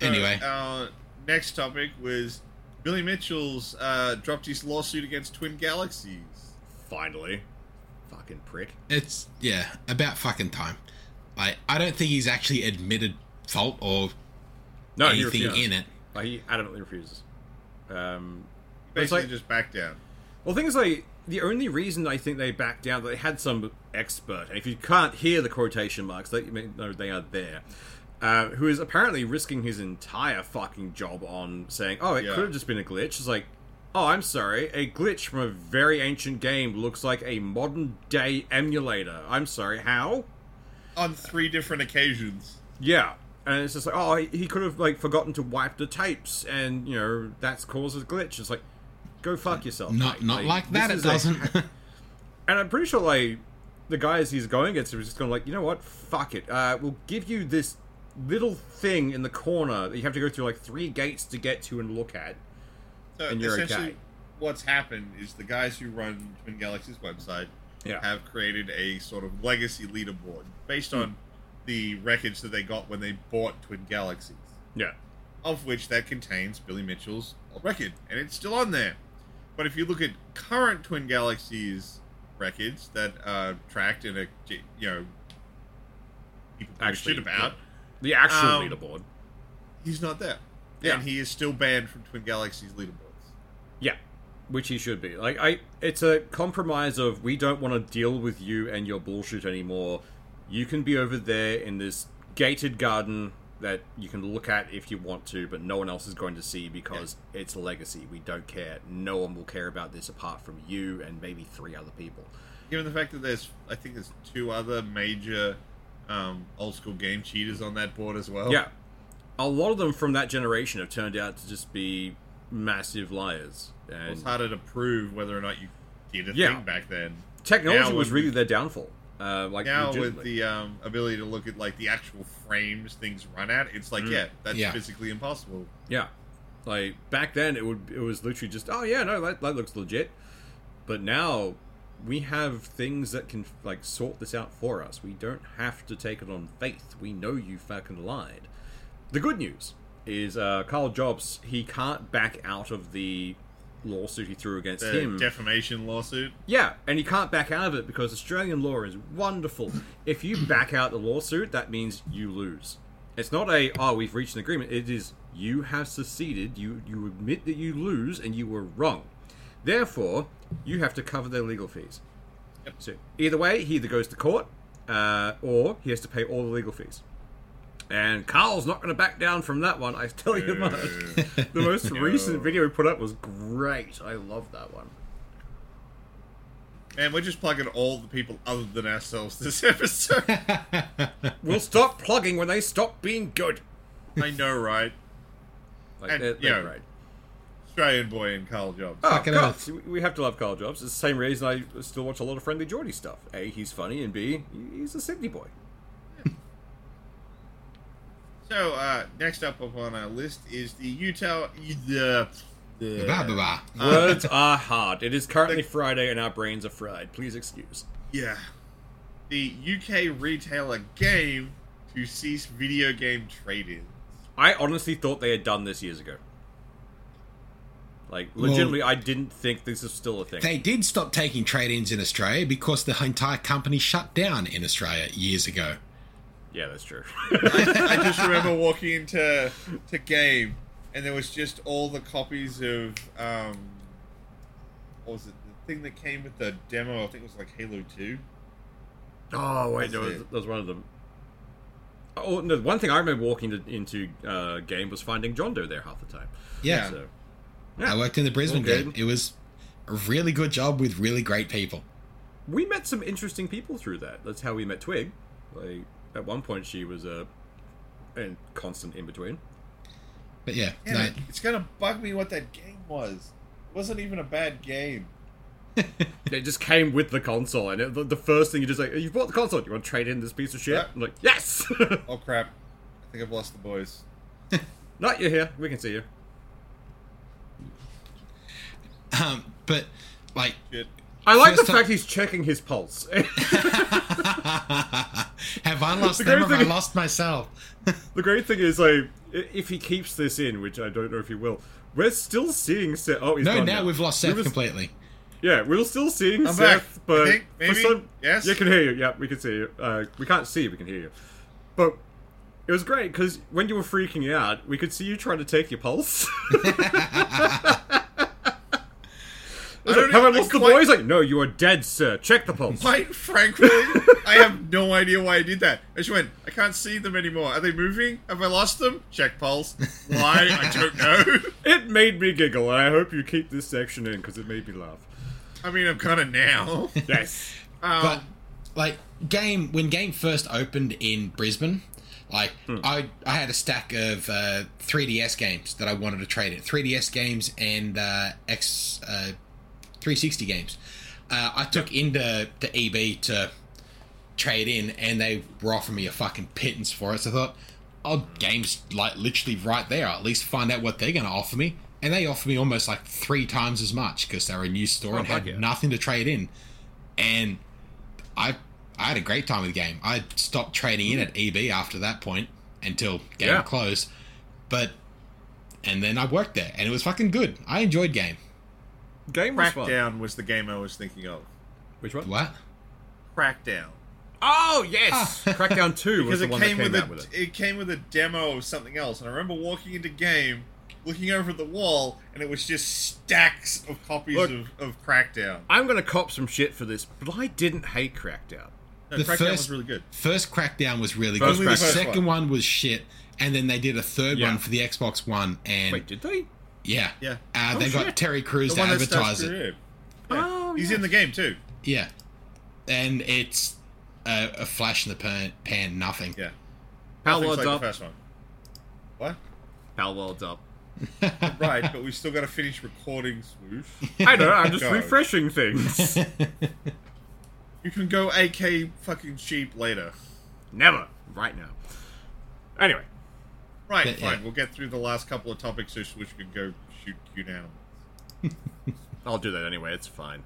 S2: So, uh,
S4: anyway,
S2: Our next topic was Billy Mitchell's uh, dropped his lawsuit against Twin Galaxies.
S3: Finally, fucking prick.
S4: it's yeah about fucking time. Like, I don't think he's actually admitted fault or
S3: No, he
S4: anything
S3: refuses.
S4: in it.
S3: Like, He adamantly refuses. Um, But it's
S2: Basically,
S3: like-
S2: just back down.
S3: Well, things like the only reason I think they backed down, they had some expert, and if you can't hear the quotation marks, they you know they are there, uh, who is apparently risking his entire fucking job on saying, "Oh, it
S2: Yeah.
S3: could have just been a glitch." It's like, "Oh, I'm sorry, a glitch from a very ancient game looks like a modern day emulator." I'm sorry, how?
S2: On three different occasions.
S3: Yeah. And it's just like, oh, he- he could have like forgotten to wipe the tapes, and you know that's caused a glitch. It's like, go fuck yourself.
S4: Not
S3: mate.
S4: not like that.
S3: this
S4: It
S3: is a-
S4: doesn't.
S3: and I'm pretty sure like the guys he's going against are just going to like, you know what, fuck it. Uh, we'll give you this little thing in the corner that you have to go through like three gates to get to and look at.
S2: So
S3: And you're
S2: essentially,
S3: okay.
S2: what's happened is the guys who run Twin Galaxies website
S3: Yeah. Hmm.
S2: have created a sort of legacy leaderboard based on the wreckage that they got when they bought Twin Galaxies,
S3: Yeah.
S2: of which that contains Billy Mitchell's record, and it's still on there. But if you look at current Twin Galaxies records that are tracked in a you know people give a
S3: Actually,
S2: shit about,
S3: yeah. The actual
S2: Um,
S3: leaderboard.
S2: he's not there,
S3: Yeah.
S2: and he is still banned from Twin Galaxies leaderboards.
S3: Yeah. Which he should be. Like I it's a compromise of we don't want to deal with you and your bullshit anymore. You can be over there in this gated garden that you can look at if you want to, but no one else is going to see because it's legacy. We don't care. No one will care about this apart from you and maybe three other people.
S2: given the fact that there's I think there's two other major um, old school game cheaters on that board as well.
S3: Yeah. A lot of them from that generation have turned out to just be massive liars. And
S2: It's harder to prove whether or not you did a
S3: Yeah.
S2: thing back then.
S3: technology
S2: now
S3: was
S2: when
S3: really
S2: we-
S3: their downfall. Uh, like
S2: Now with
S3: legitimately.
S2: the um, ability to look at like the actual frames things run at, it's like
S3: Mm.
S2: yeah, that's
S4: Yeah.
S2: physically impossible.
S3: Yeah, like back then it would it was literally just oh yeah no that, that looks legit, but now we have things that can like sort this out for us. We don't have to take it on faith. We know you fucking lied. The good news is uh, Carl Jobs he can't back out of the lawsuit he threw against
S2: The
S3: him.
S2: defamation lawsuit.
S3: Yeah, and you can't back out of it because Australian law is wonderful. If you back out the lawsuit, that means you lose. It's not a oh we've reached an agreement. It is you have seceded. You you admit that you lose and you were wrong. Therefore, you have to cover their legal fees. So either way, he either goes to court uh, or he has to pay all the legal fees. And Carl's not going to back down from that one. I tell you much. The most recent video he put up was great. I love that one.
S2: Man, we're just plugging all the people other than ourselves this episode.
S3: We'll stop plugging when they stop being good.
S2: I know, right?
S3: Like,
S2: And,
S3: they're,
S2: you
S3: they're
S2: know,
S3: right.
S2: Australian boy and uh, Carl Jobs.
S3: Oh,
S4: fucking
S3: God,
S4: oath.
S3: see, we have to love Carl Jobs. It's the same reason I still watch a lot of Friendly Geordie stuff. A, he's funny, and B, he's a Sydney boy.
S2: So uh, next up upon our list is the Utah. The, the
S4: Blah, blah, blah.
S2: Uh,
S3: Words are hard. It is currently Friday, and our brains are fried. Please excuse.
S2: Yeah. the UK retailer Game to cease video game trade-ins.
S3: I honestly thought they had done this years ago. Like, legitimately, I didn't think this was still a thing.
S4: They did stop taking trade ins in Australia because the entire company shut down in Australia years ago.
S3: yeah, that's true.
S2: I just remember walking into to Game and there was just all the copies of um, what was it? The thing that came with the demo. I think it was like Halo Two.
S3: oh, wait, there was,
S2: That's
S3: there
S2: it.
S3: was one of them. Oh, no, one thing I remember walking to, into uh, game was finding John Doe there half the time.
S4: Yeah.
S3: So,
S4: I worked in the Brisbane
S3: Okay.
S4: game. It was a really good job with really great people.
S3: we met some interesting people through that. That's how we met Twig. Like at one point, she was a and constant in between.
S4: But yeah,
S2: Yeah,
S4: no,
S2: it's gonna bug me what that game was. It wasn't even a bad game.
S3: They just came with the console, and it, the, the first thing you just like, you bought the console. You want to trade in this piece of shit?
S2: Yeah.
S3: I'm like, yes.
S2: Oh crap! I think I've lost the boys.
S3: Not you're here. We can see you.
S4: um, but like
S2: Shit.
S3: I like
S4: First
S3: the
S4: ti-
S3: fact he's checking his pulse.
S4: have I lost
S3: The
S4: them
S3: great
S4: or have I
S3: thing-
S4: lost myself?
S3: the great thing is, like, i- if he keeps this in, which I don't know if he will, we're still seeing Seth. Oh, he's
S4: no, now,
S3: gone now
S4: we've lost
S3: We
S4: Seth
S3: was-
S4: completely.
S3: Yeah, we're still seeing
S2: I'm back.
S3: Seth, but
S2: I think,
S3: for
S2: maybe?
S3: some,
S2: Yes?
S3: you can hear you. Yeah, we can see you. Uh, we can't see you. We can hear you. But it was great because when you were freaking out, we could see you trying to take your pulse. I
S2: don't
S3: like, Have I
S2: even-
S3: lost the
S2: quite-
S3: boy? He's like, no, you are dead, sir. Check the pulse.
S2: Quite frankly, I have no idea why I did that. I just went. I can't see them anymore. Are they moving? Have I lost them? Check pulse. Why? I don't know.
S3: It made me giggle, and I hope you keep this section in because it made me laugh.
S2: I mean, I'm kind of now.
S3: Yes.
S2: Um,
S4: But like game when game first opened in Brisbane, like I I had a stack of uh, 3DS games that I wanted to trade in. 3DS games and uh, X uh, 360 games. Uh, I took into to EB to trade in, and they were offering me a fucking pittance for it. So I thought, oh, games like literally right there. I'll at least find out what they're going to offer me. And they offered me almost like three times as much because they were a new store and
S3: fuck
S4: had
S3: Oh, yeah.
S4: nothing to trade in. And I I had a great time with the game. I stopped trading in at EB after that point until game
S3: Yeah.
S4: closed. But and then I worked there, and it was fucking good. I enjoyed game.
S3: Game was fun.
S2: Crackdown was the game I was thinking of.
S3: Which one?
S4: What?
S2: Crackdown.
S3: Oh, yes! Crackdown
S2: Ah.
S3: 2 was
S2: because
S3: the
S2: it
S3: one
S2: came,
S3: that came
S2: with
S3: out
S2: a,
S3: with it.
S2: it came with a demo of something else and i remember walking into game looking over the wall and it was just stacks of copies
S3: Look.
S2: of, of crackdown
S3: I'm gonna cop some shit for this, but I didn't hate Crackdown.
S2: no,
S4: The
S2: crackdown
S4: first-
S2: was really good
S4: First Crackdown was really
S3: First
S4: good. The
S2: Crackdown.
S4: second one was shit, and then they did a third
S3: Yeah.
S4: one for the Xbox One, and
S3: Wait, did they?
S4: yeah,
S2: Yeah.
S4: uh,
S3: Oh,
S4: they
S3: shit.
S4: got Terry Crews
S2: the
S4: to
S2: one that
S4: advertise
S2: starts
S4: it.
S2: career.
S3: Oh,
S2: he's
S3: yeah.
S2: in the game too
S4: Yeah, and it's a, a flash in the pan, pan nothing.
S2: yeah
S3: Power
S2: Nothing's
S3: World's
S2: like the
S3: up.
S2: first one what
S3: Power World's up.
S2: right but we still got to finish recording swoosh
S3: I don't know, I'm just
S2: God.
S3: refreshing things.
S2: you can go ak fucking sheep later
S3: Never. Right now. Anyway.
S2: right
S4: Yeah,
S2: fine
S4: yeah.
S2: we'll get through the last couple of topics so swoosh can go shoot cute animals
S3: I'll do that anyway, it's fine.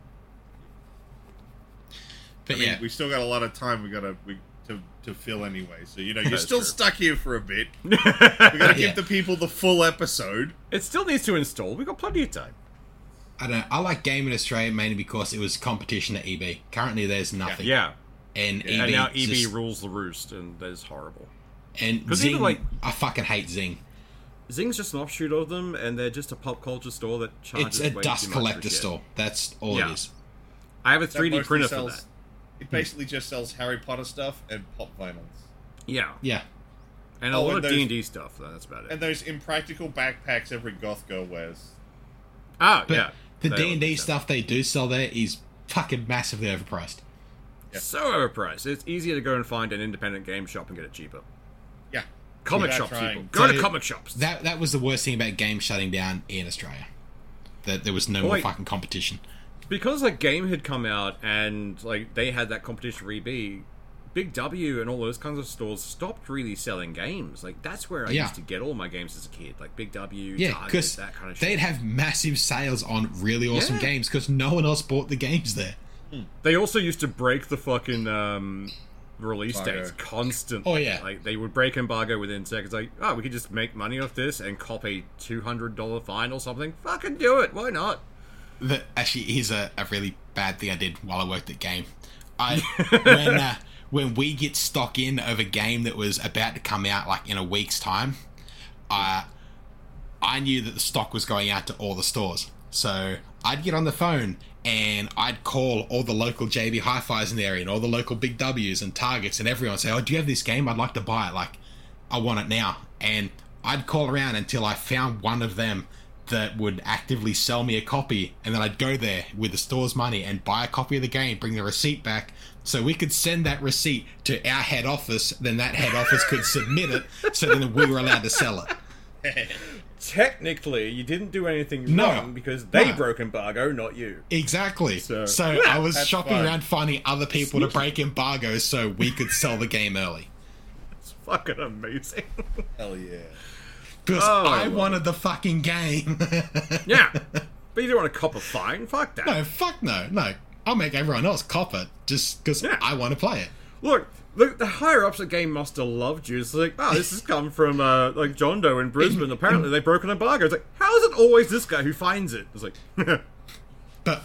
S4: But
S2: I mean,
S4: yeah,
S2: we still got a lot of time. We got to we, to to fill anyway. So you know, you're
S3: That's
S2: still
S3: true.
S2: stuck here for a bit. we got to give
S4: Yeah.
S2: the people the full episode.
S3: It still needs to install, we've got plenty of time.
S2: E
S4: I don't. know. I like game in Australia mainly because it was competition at EB. Currently, there's nothing.
S3: Yeah.
S4: and EB
S3: and now EB
S4: just-
S3: rules the roost, and that is horrible.
S4: and
S3: 'Cause even,
S4: Zing.
S3: like-
S4: I fucking hate Zing.
S3: Zing's just an offshoot of them, and they're just a pop culture store that
S4: It's
S3: charges
S4: a
S3: way too
S4: dust
S3: much for
S4: collector
S3: shit.
S4: store. That's all
S3: Yeah.
S4: it is.
S3: I have a
S2: That
S3: 3D
S2: mostly
S3: printer for
S2: sells-
S3: that.
S2: It basically just sells Harry Potter stuff and pop vinyls
S3: Yeah.
S4: Yeah,
S3: And a
S2: Oh,
S3: lot
S2: and
S3: of
S2: those-
S3: D&D stuff, though, that's about it.
S2: and those impractical backpacks every goth girl wears.
S3: oh,
S4: but
S3: yeah.
S4: the
S3: They
S4: D and D
S3: all-
S4: stuff they do sell there is fucking massively overpriced.
S2: Yeah.
S3: So overpriced. It's easier to go and find an independent game shop and get it cheaper.
S2: Yeah,
S3: Comic
S2: Without
S3: shops,
S2: trying.
S3: people. Go to
S4: So-
S3: comic shops.
S4: That that was the worst thing about games shutting down in Australia. That there was no more
S3: Wait.
S4: fucking competition.
S3: because a game had come out and like they had that competition for EB, Big W and all those kinds of stores stopped really selling games. Like that's where I
S4: Yeah.
S3: used to get all my games as a kid. Like Big W,
S4: Yeah,
S3: Target,
S4: because
S3: that kind of
S4: they'd
S3: shit.
S4: have massive sales on really awesome
S3: Yeah.
S4: games because no one else bought the games there.
S3: They also used to break the fucking um, release
S2: Embargo.
S3: dates constantly.
S4: Oh, yeah.
S3: like they would break embargo within seconds. Like, oh, we could just make money off this and cop a two hundred dollar fine or something. Fucking do it. Why not?
S4: that actually here's a, a really bad thing I did while I worked at game. I when uh, when we get stock in of a game that was about to come out like in a week's time, I I knew that the stock was going out to all the stores, so I'd get on the phone and I'd call all the local JB Hi-Fi's in the area and all the local Big W's and Targets and everyone. and Say, oh, do you have this game? I'd like to buy it. Like, I want it now. And I'd call around until I found one of them that would actively sell me a copy. And then I'd go there with the store's money and buy a copy of the game, bring the receipt back. So we could send that receipt to our head office. Then that head office could submit it. So then we were allowed to sell it.
S3: Technically, you didn't do anything
S4: No.
S3: wrong because they
S4: No.
S3: broke embargo, not you.
S4: Exactly.
S3: So-
S4: So, I was
S2: That's
S4: shopping
S2: fine.
S4: around finding other people to break embargoes so we could sell the game early.
S3: It's fucking amazing.
S2: Hell yeah.
S4: Because
S3: Oh,
S4: I
S3: well.
S4: wanted the fucking game.
S3: yeah, but you don't want to cop a fine. Fuck that.
S4: no, fuck no. No. I'll make everyone else cop it just because
S3: Yeah.
S4: I want to play it.
S3: Look, look, the higher ups at Game Master loved you. It's like, oh, this has come from uh, like John Doe in Brisbane. Apparently, they broke an embargo. It's like, how is it always this guy who finds it? It's like,
S4: But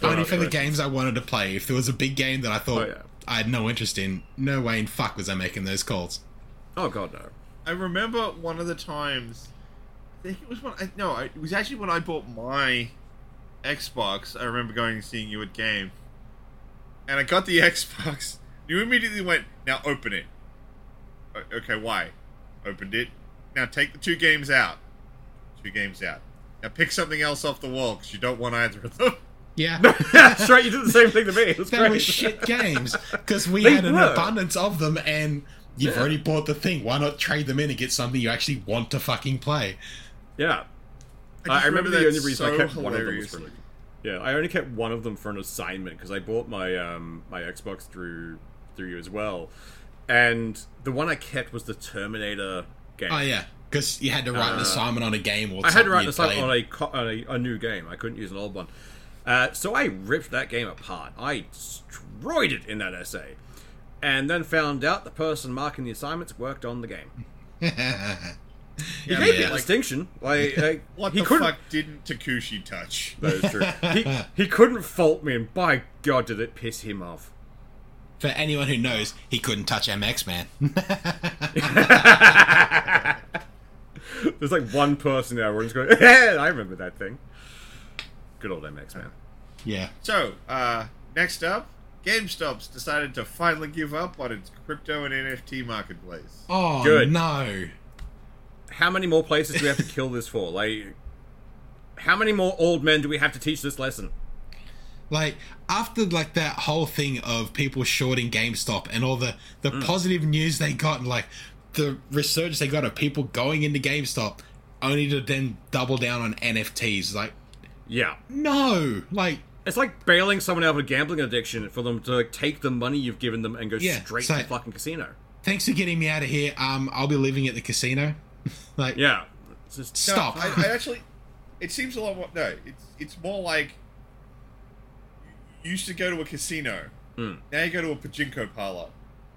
S4: only
S3: enough,
S4: for the
S3: right.
S4: games I wanted to play. If there was a big game that I thought
S3: Oh, yeah.
S4: I had no interest in, no way in fuck was I making those calls.
S3: oh god, no.
S2: I remember one of the times. I think it was when I no, I- it was actually when I bought my Xbox. I remember going and seeing you at game, and I got the Xbox. You immediately went, "Now open it." O- Okay, why? Opened it. Now take the two games out. Two games out. Now pick something else off the wall because you don't want either of them.
S4: Yeah.
S3: That's right. You did the same thing to me. It was
S4: they
S3: great.
S4: were shit games because we
S3: They
S4: had an
S3: were.
S4: abundance of them and you've already bought the thing. Why not trade them in and get something you actually want to fucking play?
S3: Yeah, I,
S2: just
S3: I remember the
S2: that's
S3: only reason I
S2: so
S3: kept one of them was
S2: hilarious.
S3: for. Like, yeah, I only kept one of them for an assignment because I bought my um my Xbox through through you as well, and the one I kept was the Terminator game.
S4: Oh, yeah. Because you had to write an
S3: Uh,
S4: assignment on a game or
S3: I had to
S4: something
S3: write
S4: you'd
S3: this up
S4: played.
S3: on a, co- on a a new game. I couldn't use an old one, uh, so I ripped that game apart. I destroyed it in that essay, and then found out the person marking the assignments worked on the game.
S2: Yeah,
S3: he gave
S2: but
S3: me
S4: yeah.
S3: a
S2: like,
S3: distinction. Like, like,
S2: what
S3: he
S2: the
S3: couldn't.
S2: fuck didn't Takushi touch?
S3: That is true. He, he couldn't fault me, and by God, did it piss him off.
S4: For anyone who knows, he couldn't touch MX, man.
S3: There's like one person there where he's going, yeah, I remember that thing. Good old MX man.
S4: yeah.
S2: So, uh, next up, GameStop's decided to finally give up on its crypto and NFT marketplace.
S4: Oh,
S3: Good.
S4: no.
S3: How many more places do we have to kill this for? Like, how many more old men do we have to teach this lesson?
S4: Like after like that whole thing of people shorting GameStop and all the the
S3: Mm.
S4: positive news they got and like the research they got of people going into GameStop only to then double down on NFTs. Like
S3: Yeah.
S4: no, like
S3: It's like bailing someone out of a gambling addiction for them to like, take the money you've given them and go
S4: Yeah,
S3: straight
S4: so-
S3: to the fucking casino.
S4: thanks for getting me out of here. Um, I'll be living at the casino. like
S3: Yeah. It's just,
S2: No,
S4: stop.
S2: I, I actually, it seems a lot more. No, it's it's more like you used to go to a casino.
S3: Hmm.
S2: Now you go to a pachinko parlor.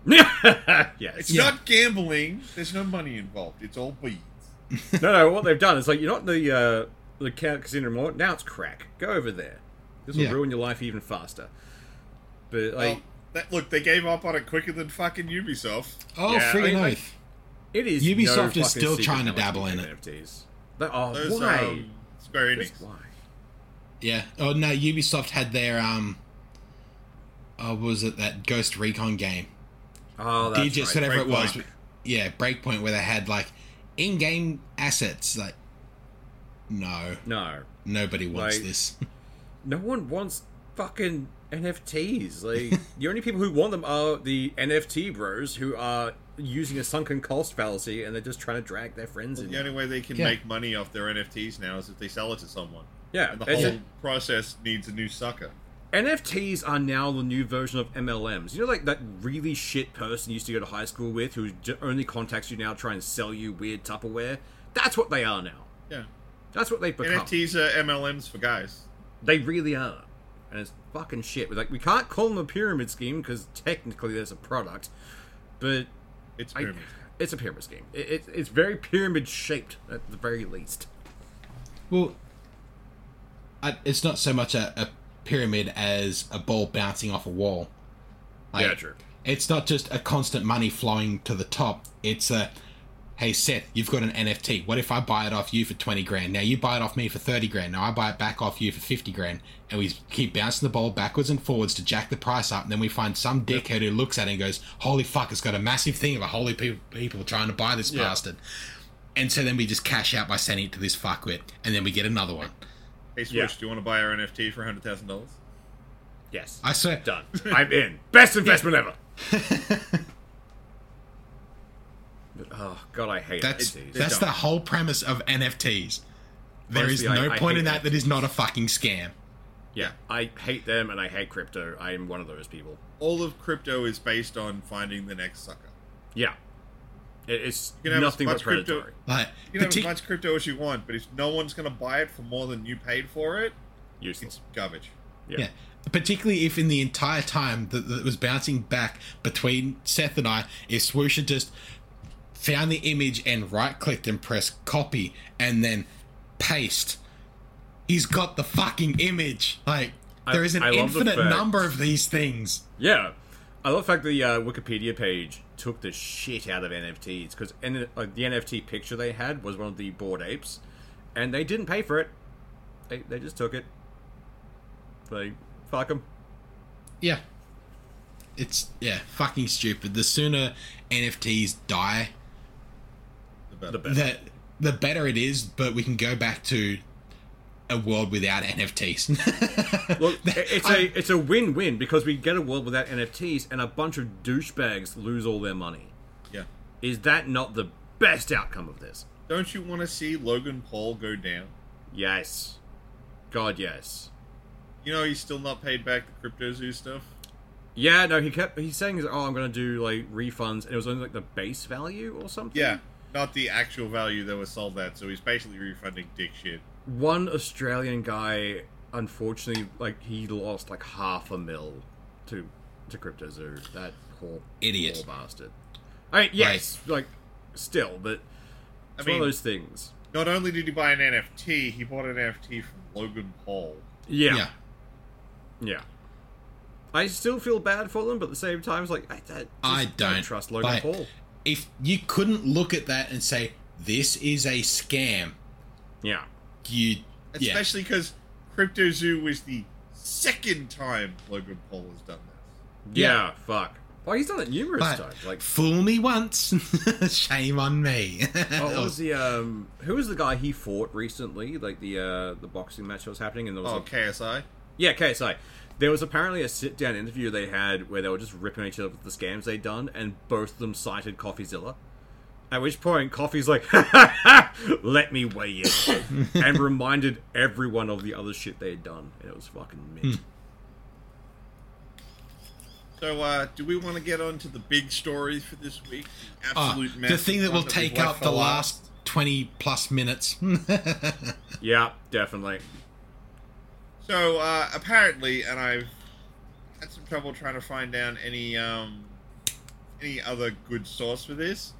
S3: yes.
S2: It's
S4: Yeah.
S2: not gambling. There's no money involved. It's all beads.
S3: No, no. What they've done is like you're not in the uh, the ca- casino anymore. Now it's crack. Go over there. This will
S4: Yeah.
S3: ruin your life even faster. But like,
S2: Well, that, look, they gave up on it quicker than fucking Ubisoft.
S4: oh,
S3: yeah,
S4: friggin'
S3: I mean, like,
S4: oath.
S3: it is.
S4: Ubisoft
S3: no
S4: is
S3: fucking
S4: still
S3: secret
S4: trying to
S3: how much
S4: dabble
S3: you
S4: in
S3: make
S4: it.
S3: NFTs. But, oh,
S2: Those,
S3: why?
S2: um, Square Enix.
S3: Just why?
S4: yeah. Oh no, Ubisoft had their um. Oh, what was it that Ghost Recon game?
S3: Oh, that's
S4: digits,
S3: right.
S4: whatever it was.
S2: Breakpoint.
S4: Yeah, breakpoint where they had like in-game assets. Like, no,
S3: No,
S4: nobody wants
S3: Like-
S4: this.
S3: no one wants fucking NFTs. Like the only people who want them are the NFT bros who are using a sunken cost fallacy and they're just trying to drag their friends in.
S2: The only way they can
S4: Yeah.
S2: make money off their NFTs now is if they sell it to someone.
S3: yeah,
S2: And the
S3: it's
S2: whole
S3: a-
S2: process needs a new sucker.
S3: NFTs are now the new version of MLMs. You know, like that really shit person you used to go to high school with who j- only contacts you now to try and sell you weird Tupperware? That's what they are now.
S2: Yeah.
S3: That's what they've become.
S2: NFTs are MLMs for guys.
S3: They really are. And it's fucking shit. We're like, we can't call them a pyramid scheme because technically there's a product, but
S2: It's
S3: I,
S2: pyramid.
S3: it's a pyramid scheme. It, it, it's very pyramid shaped at the very least.
S4: Well, I, it's not so much a, a pyramid as a ball bouncing off a wall. Like,
S3: Yeah, true.
S4: It's not just a constant money flowing to the top. It's a, hey Seth, you've got an NFT. What if I buy it off you for twenty grand? Now you buy it off me for thirty grand. Now I buy it back off you for fifty grand, and we keep bouncing the ball backwards and forwards to jack the price up. And then we find some dickhead who looks at it and goes, "Holy fuck! It's got a massive thing of a holy people, people trying to buy this bastard." And so then we just cash out by sending it to this fuckwit, and then we get another one.
S2: Hey, Switch,
S3: Yeah.
S2: do you want to buy our NFT for hundred thousand dollars?
S3: Yes.
S4: I swear,
S3: Done. I'm in. Best investment ever. But, oh god, I hate
S4: that's
S3: NFTs.
S4: that's
S2: dumb.
S4: the whole premise of NFTs. There is
S3: Honestly, I-
S4: no
S3: I
S4: point
S3: hate
S4: in
S3: NFTs.
S4: that that is not a fucking scam.
S3: yeah, I hate them and I hate crypto. I am one of those people.
S2: All of crypto is based on finding the next sucker.
S3: Yeah, It- it's
S2: You can have as
S3: nothing but
S2: much crypto-
S3: predatory.
S4: Like,
S2: You can have
S4: partic-
S2: as much crypto as you want, but if no one's going to buy it for more than you paid for it,
S3: Useless.
S2: it's garbage.
S3: Yeah.
S4: yeah. particularly if in the entire time that, that it was bouncing back between Seth and I, if Swoosh had just found the image and right clicked and pressed copy and then paste, he's got the fucking image. Like,
S3: I-
S4: there is an
S3: I love the
S4: infinite
S3: fact-
S4: number of these things.
S3: Yeah, I love the fact the uh, Wikipedia page took the shit out of NFTs because N- like, the NFT picture they had was one of the bored apes, and they didn't pay for it. They they just took it. Like fuck them.
S4: Yeah. It's, yeah, fucking stupid. The sooner NFTs die,
S2: The better.
S3: The best.
S4: the, the better it is, but we can go back to a world without NFTs.
S3: Look, it's a it's a win win because we get a world without NFTs and a bunch of douchebags lose all their money.
S2: Yeah.
S3: Is that not the best outcome of this?
S2: Don't you want to see Logan Paul go down?
S3: Yes, God, yes.
S2: You know he's still not paid back the crypto zoo stuff.
S3: Yeah, no, he kept he's saying, "Oh, I'm gonna do like refunds," and it was only like the base value or something.
S2: Yeah, not the actual value that was sold at. So he's basically refunding dick shit.
S3: one Australian guy, unfortunately, like he lost like half a mil to to CryptoZoo. That poor
S4: Idiot.
S3: poor bastard. I mean, yes, like still, but
S2: I
S3: it's one
S2: mean,
S3: of those things.
S2: not only did he buy an NFT, he bought an NFT from Logan Paul.
S3: Yeah, yeah.
S4: yeah.
S3: I still feel bad for them, but at the same time, it's like I, I, just
S4: I don't
S3: trust Logan
S4: like-
S3: Paul.
S4: if you couldn't look at that and say this is a scam,
S3: Yeah,
S4: you yeah
S2: Especially because Crypto Zoo was the second time Logan Paul has done this.
S3: yeah,
S4: Yeah.
S3: fuck. Well, he's done it numerous
S4: But
S3: times. Like,
S4: fool me once, shame on me.
S3: oh, what was the um, who was the guy he fought recently? Like the uh, the boxing match that was happening, and there was
S2: Oh,
S3: like,
S2: KSI.
S3: Yeah, KSI. There was apparently a sit down interview they had where they were just ripping each other for the scams they'd done, and both of them cited CoffeeZilla. At which point, Coffee's like, let me weigh in, and reminded everyone of the other shit they had done, and it was fucking mint.
S4: Hmm.
S2: So, uh, do we want to get on to the big story for this week? The
S4: Ah,
S2: absolute
S4: the thing that will
S2: massive one
S4: take
S2: we've
S4: up
S2: left
S4: the
S2: for
S4: last twenty plus minutes. Oh,
S3: Yeah, definitely.
S2: So, uh, apparently, and I've had some trouble trying to find down any um, any other good source for this.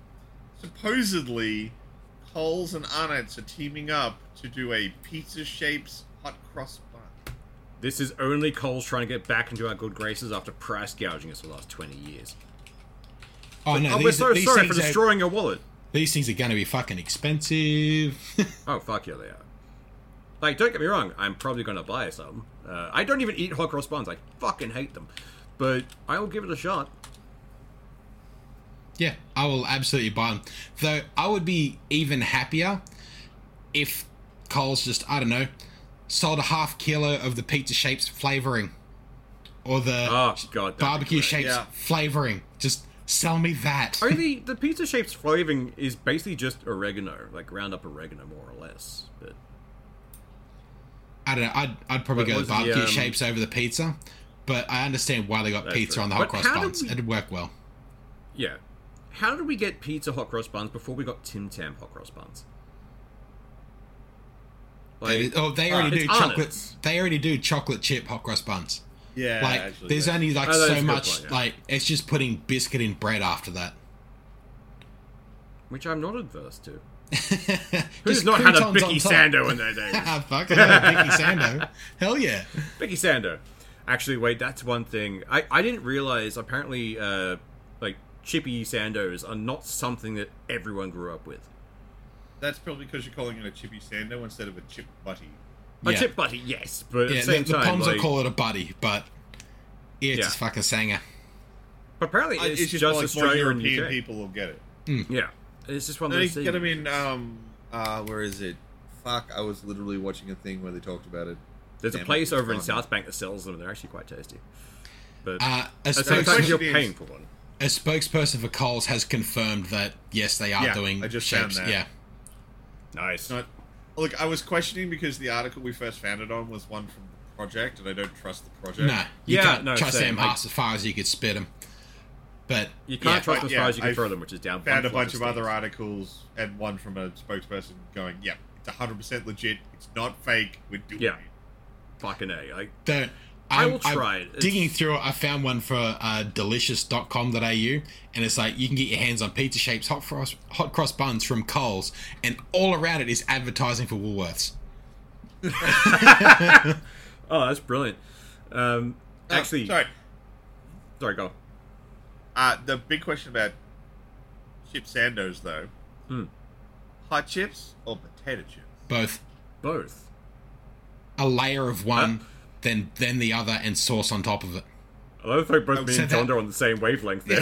S2: Supposedly, Coles and Arnott's are teaming up to do a pizza shapes hot cross bun.
S3: This is only Cole's trying to get back into our good graces after price gouging us for the last 20 years.
S4: oh no,
S3: oh, we're
S4: these,
S3: so
S4: these
S3: sorry for
S4: things are,
S3: destroying your wallet.
S4: these things are going to be fucking expensive.
S3: Oh fuck yeah, they are. Like, don't get me wrong, I'm probably gonna buy some. Uh, I don't even eat hot cross buns. I fucking hate them, but I will give it a shot.
S4: yeah, I will absolutely buy them. Though I would be even happier if Coles just I don't know sold a half kilo of the pizza shapes flavoring or the
S3: Oh god, that'd be
S4: barbecue
S3: great.
S4: shapes
S2: Yeah.
S4: flavoring. Just sell me that.
S3: I mean, the, the pizza shapes flavoring is basically just oregano, like ground up oregano, more or less. But
S4: I don't know. I'd, I'd probably
S3: What
S4: go
S3: was
S4: with
S3: the,
S4: barbecue
S3: um,
S4: shapes over the pizza, but I understand why they got
S3: That's
S4: pizza
S3: true.
S4: on the hot
S3: But
S4: cross
S3: how did
S4: buns.
S3: we-
S4: It'd work well.
S3: yeah, how did we get pizza hot cross buns before we got Tim Tam hot cross buns?
S4: They-
S3: Like,
S4: oh, they oh. already
S3: it's
S4: do chocolate.
S3: Arnott's.
S4: They already do chocolate chip hot cross buns.
S2: Yeah,
S4: like
S2: actually,
S4: there's
S2: yeah.
S4: only like
S3: Oh, that is
S4: so
S3: a good
S4: much
S3: point, yeah.
S4: like it's just putting biscuit in bread after that.
S3: which I'm not adverse to. Who's
S4: Just
S3: not had a
S4: croutons
S3: Bicky
S4: on top.
S3: Sando in their day?
S4: Ah, fuck, I had a Bicky Sando. Hell yeah.
S3: Bicky Sando. Actually, wait, that's one thing. I, I didn't realize, apparently, uh, like, chippy Sandos are not something that everyone grew up with.
S2: That's probably because you're calling it a chippy sando instead of a chip butty.
S3: A
S4: Yeah.
S3: chip buddy, yes, but
S4: Yeah,
S3: at the
S4: the,
S3: same
S4: the
S3: time,
S4: Poms
S3: like,
S4: will call it a buddy, but it's
S3: Yeah.
S4: a fucking Sanger.
S3: but apparently
S2: Uh,
S3: it's, just,
S2: more like more
S3: Australia and
S2: European
S3: UK.
S2: people will get it.
S3: Yeah, it's just one of
S2: No, you
S3: those
S2: can
S3: things.
S2: get them in. Um, uh, where is it? Fuck! I was literally watching a thing where they talked about it.
S3: There's a
S2: Damn it,
S3: place
S2: it's
S3: over in
S2: gone.
S3: South Bank that sells them, and they're actually quite tasty. But
S4: Uh, a,
S3: at the same time,
S2: actually-
S4: spokesman,
S3: you're
S2: It is.
S3: paying for one.
S4: a spokesperson for Coles has confirmed that yes, they are
S2: Yeah,
S4: doing
S2: I just found
S4: shapes.
S2: that.
S4: Yeah,
S3: Nice.
S2: Not. Look, I was questioning because the article we first found it on was one from the project, and I don't trust the project.
S4: no, you
S3: Yeah,
S4: can't
S3: no,
S4: trust
S3: same,
S4: them
S3: like-
S4: half as far as you could spit them. But
S3: you can't
S4: yeah,
S3: trust as
S2: yeah,
S3: far as you can
S2: I've
S3: throw them, which is down.
S2: Found
S3: one
S2: a
S3: flight
S2: bunch
S3: of
S2: of other
S3: stairs.
S2: articles and one from a spokesperson going, "Yep, it's 100 percent legit. It's not fake. We're doing
S3: Yeah.
S2: it."
S3: Fucking a. Like,
S4: The,
S3: I
S4: I'm-
S3: will
S4: I'm
S3: try it. It's-
S4: Digging through it, I found one for uh, delicious.com.au, and it's like you can get your hands on pizza shapes hot cross, hot cross buns from Coles, and all around it is advertising for Woolworths.
S3: oh, that's brilliant. Um,
S2: Oh,
S3: actually,
S2: sorry.
S3: sorry, go.
S2: Uh, the big question about chip sandos though,
S3: Hmm.
S2: hot chips or potato chips?
S4: Both
S3: Both.
S4: a layer of one,
S3: Huh?
S4: then then the other, and sauce on top of it.
S3: I love how both me
S4: so
S3: and
S4: that-
S3: John are on the same wavelength there.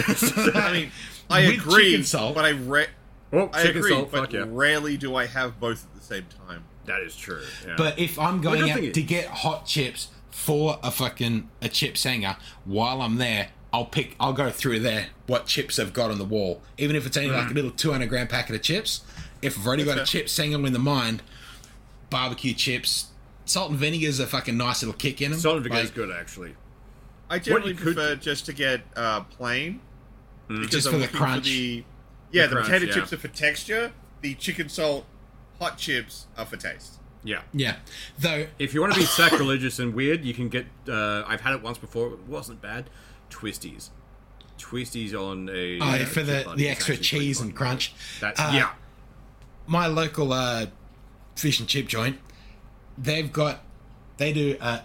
S2: I mean, I
S4: With
S2: agree,
S4: chicken salt.
S2: but I re-
S3: oh,
S2: I
S3: chicken
S2: agree,
S3: salt,
S2: but
S3: fuck yeah.
S2: rarely do I have both at the same time.
S3: That is true. Yeah.
S4: But if I'm
S3: Well,
S4: going
S3: good
S4: out
S3: thing
S4: to
S3: is-
S4: get hot chips for a fucking a chip sanger, while I'm there, I'll pick. I'll go through there what chips I've got on the wall, even if it's only
S3: Mm.
S4: like a little 200 gram packet of chips. If I've already got a chip sanger in the mind, barbecue chips, salt and vinegar's a fucking nice little kick in them.
S3: salt and vinegar is good, actually.
S2: I generally
S3: you could
S2: prefer just to get uh, plain because
S4: Just
S2: I'm
S4: for the
S2: looking
S4: crunch.
S2: For the, yeah, the,
S3: The crunch,
S2: potato
S3: yeah.
S2: chips are for texture. The chicken salt hot chips are for taste.
S3: Yeah.
S4: Yeah, though
S3: If you want to be sacrilegious and weird, you can get. Uh, I've had it once before. It wasn't bad. Twisties. Twisties on a.
S4: uh,
S3: uh,
S4: for
S3: chip
S4: the
S3: bun
S4: the
S3: is
S4: extra
S3: actually pretty
S4: cheese
S3: fun.
S4: and crunch.
S3: That's,
S4: Uh,
S3: yeah.
S4: my local uh, fish and chip joint, they've got they do uh,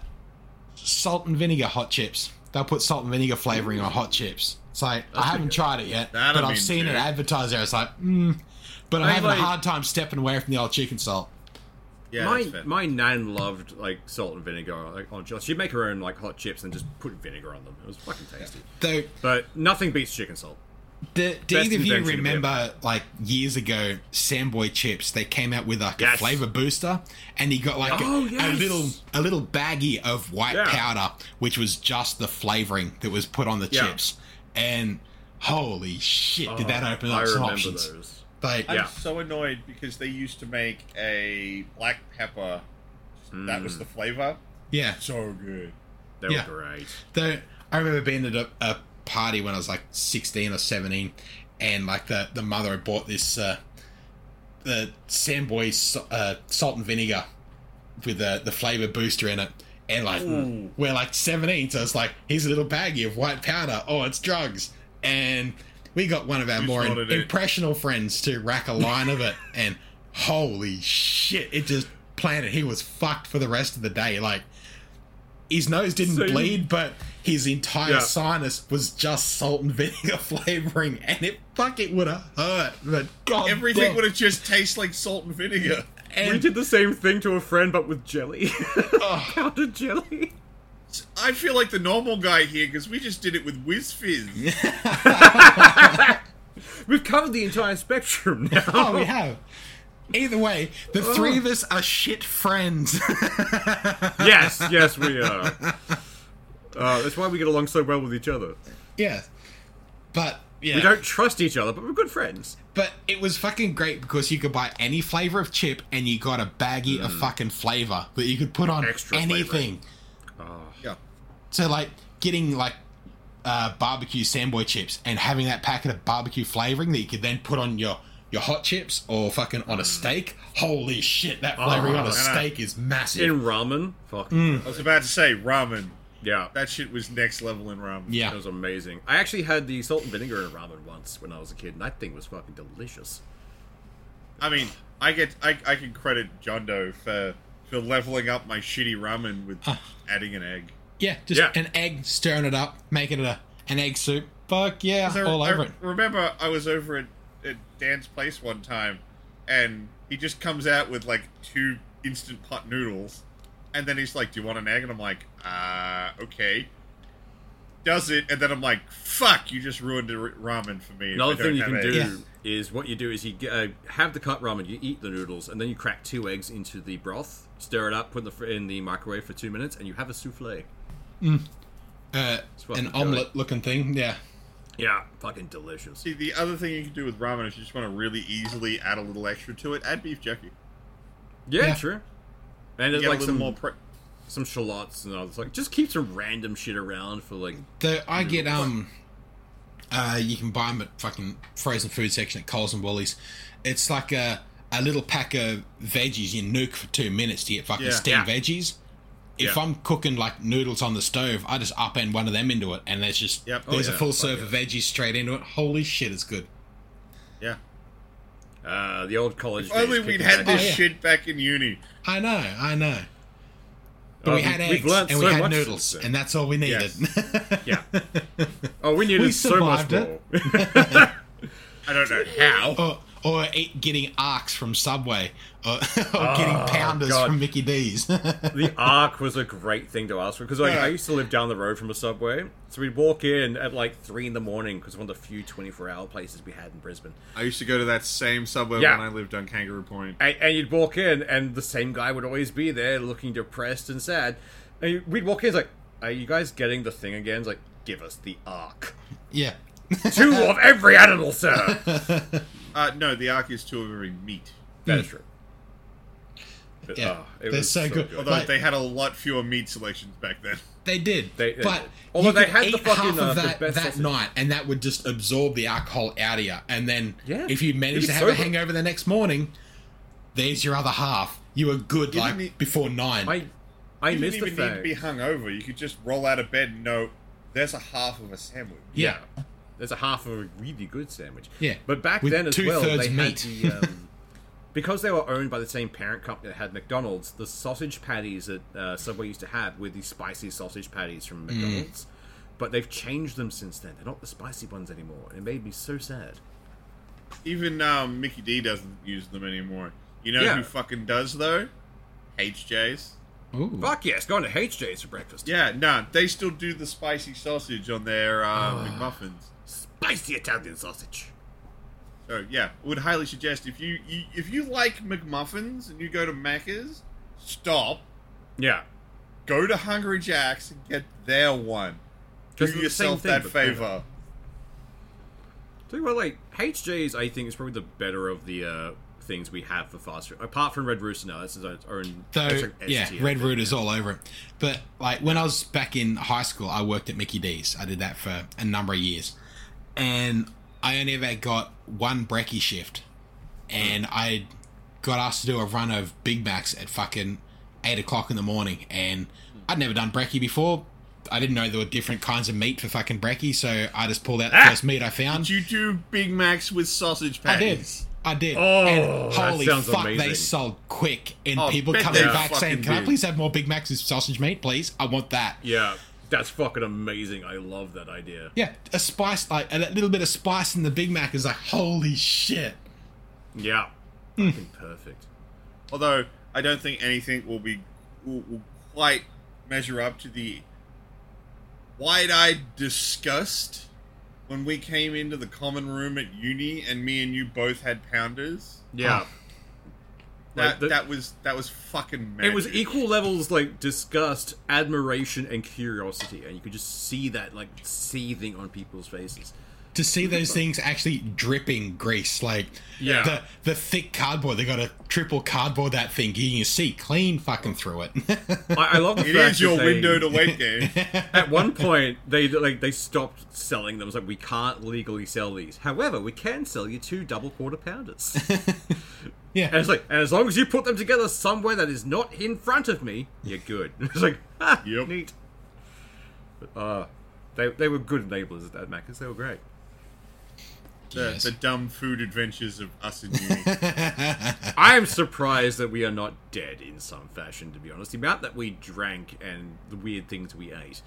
S4: salt and vinegar hot chips. They'll put salt and vinegar flavoring on hot chips. It's like I haven't tried it yet,
S2: That I
S4: but I've
S2: mean,
S4: seen it
S2: dude.
S4: advertised there. It's like, mm. but I'm
S3: I
S4: having
S3: like-
S4: a hard time stepping away from the old chicken salt.
S2: Yeah, that's
S3: my
S2: fair.
S3: my nan loved like salt and vinegar like, on chips. She'd make her own like hot chips and just put vinegar on them. It was fucking tasty.
S4: Though,
S3: But nothing beats chicken salt.
S4: do, do
S3: Best
S4: either of you
S3: invention of
S4: remember like years ago, Samboy chips? They came out with like a
S3: Yes.
S4: flavor booster, and you got like a-
S3: Oh,
S4: a,
S3: yes.
S4: little a little baggie of white
S3: Yeah.
S4: powder, which was just the flavoring that was put on the
S3: Yeah.
S4: chips. And holy shit, did that open
S3: Oh, I
S4: up some
S3: remember
S4: options?
S3: those.
S4: Like,
S2: I'm
S3: Yeah.
S2: so annoyed because they used to make a black pepper.
S3: Hmm.
S2: That
S4: Mm.
S2: was the flavor.
S4: yeah.
S2: So good.
S3: They
S4: Yeah.
S3: were great.
S4: Though I remember being at a, a party when I was like sixteen or seventeen, and like the the mother had bought this uh, the Samboy so- uh, salt and vinegar with the the flavor booster in it, and like we're like seventeen, so it's like here's a little baggie of white powder. Oh, it's drugs, and we got one of our more
S2: spotted it.
S4: impressional friends to rack a line of it, and holy shit, it just planted. He was fucked for the rest of the day, like his nose didn't
S3: So you-
S4: bleed, but his entire
S3: Yeah.
S4: sinus was just salt and vinegar flavoring, and it fuck it would have hurt. But Oh, god,
S2: Everything would have just tasted like salt and vinegar.
S3: We did the same thing to a friend, but with jelly. Powdered jelly.
S2: I feel like the normal guy here because we just did it with Whiz Fizz.
S3: We've covered the entire spectrum now.
S4: Oh, we have. Either way, the three of us are shit friends.
S3: yes, yes, we are. Uh, that's why we get along so well with each other.
S4: yeah, but yeah,
S3: We don't trust each other, but we're good friends.
S4: But it was fucking great because you could buy any flavor of chip and you got a baggie of fucking flavor that you could put on
S3: Mm. Extra Oh.
S4: anything.
S3: flavoring.
S2: yeah.
S4: So like getting like uh, barbecue sandboy chips and having that packet of barbecue flavoring that you could then put on your your hot chips or fucking on a steak. Holy shit, that flavoring on
S3: Mm. Oh, and
S4: a
S2: I-
S4: steak is massive.
S3: In ramen, fuck.
S2: I was about to say ramen.
S3: Yeah.
S2: That shit was next level in ramen.
S4: Yeah.
S3: That was amazing. I actually had the salt and vinegar in ramen once when I was a kid, and that thing was fucking delicious.
S2: I mean, I get I, I can credit John Doe for for leveling up my shitty ramen with
S4: Ah.
S2: adding an egg.
S4: Yeah, just
S3: Yeah.
S4: an egg, stirring it up, making it a, an egg soup. Fuck yeah,
S2: 'Cause I-
S4: Ah, all
S2: I
S4: over it.
S2: Remember, I was over at, at Dan's place one time, and he just comes out with like two instant pot noodles, and then he's like, "Do you want an egg?" And I'm like, "Uh, okay." Does it, and then I'm like, "Fuck! You just ruined the r- ramen for me." if I
S3: Another
S2: don't
S3: thing you
S2: have
S3: can do
S2: eggs."
S4: eggs.
S3: is what you do is you get, uh, have the cut ramen, you eat the noodles, and then you crack two eggs into the broth, stir it up, put it in the fr- in the microwave for two minutes, and you have a souffle.
S4: Uh,
S3: fucking
S4: an
S3: good.
S4: omelette looking thing. Yeah.
S3: Yeah, fucking delicious.
S2: See, the other thing you can do with ramen is you just want to really easily add a little extra to it. Add beef jerky.
S3: Yeah,
S4: Yeah.
S3: true. And
S2: You
S3: it's
S2: get a
S3: like
S2: little
S3: some
S2: more. Pre-
S3: some shallots and all. It's like just keep some random shit around for like.
S4: Though I get um, uh, you can buy them at fucking frozen food section at Coles and Woolies. It's like a a little pack of veggies you nuke for two minutes to get fucking
S2: Yeah.
S4: steamed veggies. If
S2: Yeah.
S4: I'm cooking like noodles on the stove, I just upend one of them into it, and there's just
S2: Yep. Oh,
S4: there's
S3: yeah.
S4: a full
S3: Fuck
S4: serve of veggies straight into it. Holy shit, it's good.
S2: yeah.
S3: Uh, the old college. days
S2: Only we'd
S3: kicking
S2: had
S3: back
S2: this
S4: Oh, yeah.
S2: shit back in uni.
S4: I know, I know. But
S3: Oh,
S4: we had
S3: we- we've
S4: eggs
S3: learnt
S4: and
S3: so
S4: we had
S3: much since
S4: noodles,
S3: then.
S4: and that's all we needed.
S3: Yeah. Oh, we needed
S4: We
S3: so much
S4: survived it.
S3: more.
S2: I don't know how.
S4: or or eat, getting arcs from Subway, or, or getting pounders
S3: Oh, God.
S4: from Mickey D's.
S3: the arc was a great thing to ask for because like,
S2: Yeah.
S3: I used to live down the road from a subway, so we'd walk in at like three in the morning because one of the few twenty-four hour places we had in Brisbane.
S2: I used to go to that same subway
S3: Yeah.
S2: when I lived on Kangaroo Point.
S3: And, and you'd walk in, and the same guy would always be there, looking depressed and sad. And you- we'd walk in, it's like, "Are you guys getting the thing again?" It's like, "Give us the arc,
S4: yeah.
S3: two of every animal, sir."
S2: Uh, no, the arc is two of every meat.
S3: that is true. But,
S4: Yeah.
S3: ah, it
S4: They're
S3: was
S4: so good.
S2: Although
S4: Like-
S2: they had a lot fewer meat selections back then.
S4: They did.
S3: They- they
S4: but
S3: did. Although
S4: you
S3: they
S4: could
S3: had the
S4: eat
S3: fucking,
S4: half of
S3: uh, the
S4: that,
S3: best
S4: that
S3: sausage.
S4: night, and that would just absorb the alcohol out of you. And then
S3: Yeah.
S4: if you
S3: You'd
S4: managed
S3: be
S4: to have a
S3: sober.
S4: hangover the next morning, there's your other half. You were good like
S2: didn't e-
S4: before nine.
S3: I, I
S2: You
S3: missed
S2: didn't
S3: the
S2: even need to
S3: fact.
S2: be hungover. You could just roll out of bed and know there's a half of a sandwich.
S3: Yeah. There's a half of a really good sandwich.
S4: Yeah.
S3: But back
S4: With
S3: then as well,
S4: two-thirds
S3: they
S4: meat.
S3: had the. Um, because they were owned by the same parent company that had McDonald's, the sausage patties that uh, Subway used to have were the spicy sausage patties from
S4: Mm.
S3: McDonald's. But they've changed them since then. They're not the spicy ones anymore. And it made me so sad.
S2: Even um, Mickey D doesn't use them anymore. You know
S3: Yeah.
S2: who fucking does though? HJ's.
S4: Ooh.
S3: Fuck yes, going to HJ's for breakfast.
S2: Yeah, nah, they still do the spicy sausage on their uh, McMuffins.
S3: Spicy Italian sausage.
S2: So Oh, yeah, would highly suggest if you, you if you like McMuffins and you go to Macca's, stop,
S3: Yeah.
S2: go to Hungry Jack's and get their one. Do
S3: Just the same
S2: yourself
S3: thing,
S2: that
S3: but better.
S2: favor.
S3: Tell you what, like HJ's, I think is probably the better of the uh, things we have for fast food, apart from Red Rooster. Now that's its own.
S4: Though,
S3: that's like S
S4: yeah,
S3: tier
S4: Red
S3: thing.
S4: Rooters all over it. But, like, when I was back in high school, I worked at Mickey D's. I did that for a number of years. And I only ever got one brekkie shift. And I got asked to do a run of Big Macs at fucking 8 o'clock in the morning. And I'd never done brekkie before. I didn't know there were different kinds of meat for fucking brekkie. So I just pulled out the first meat I found.
S2: Did you do Big Macs with sausage
S4: I did.
S2: patties?
S4: I did.
S3: Oh,
S4: and
S3: that
S4: holy
S3: sounds
S4: fuck,
S3: amazing.
S4: they sold quick. And
S2: Oh,
S4: people
S2: bet
S4: coming
S2: they
S4: back saying,
S2: fucking
S4: Can I
S2: did."
S4: please have more Big Macs with sausage meat, please? I want that. Yeah,
S3: Yeah, that's fucking amazing. I love that idea.
S4: a spice, like a little bit of spice in the Big Mac is like, holy shit.
S3: Yeah,
S4: Hmm.
S3: fucking perfect.
S2: Although I don't think anything will be will, will quite measure up to the wide-eyed disgust when we came into the common room at uni and me and you both had pounders.
S4: Oh.
S3: Yeah,
S2: That
S3: Like the-
S2: that was that was fucking. Magic.
S3: it was equal levels like disgust, admiration, and curiosity, and you could just see that like seething on people's faces.
S4: To see those things actually dripping grease, like
S3: Yeah.
S4: the, the thick cardboard, they got to triple cardboard that thing. You can see clean fucking through it.
S3: I, I love the
S2: It
S3: fact
S2: is your
S3: that they-
S2: window to weight gain.
S3: At one point, they like they stopped selling them. It's like we can't legally sell these. However, we can sell you two double quarter pounders.
S4: Yeah.
S3: and it's like, and as long as you put them together somewhere that is not in front of me, you're good. It's like, ah,
S2: Yep.
S3: neat. But, uh, they, they were good enablers at Macca's. They were great.
S2: The,
S4: Yes.
S2: the dumb food adventures of us in uni.
S3: I am surprised that we are not dead in some fashion, to be honest. The amount that we drank and the weird things we ate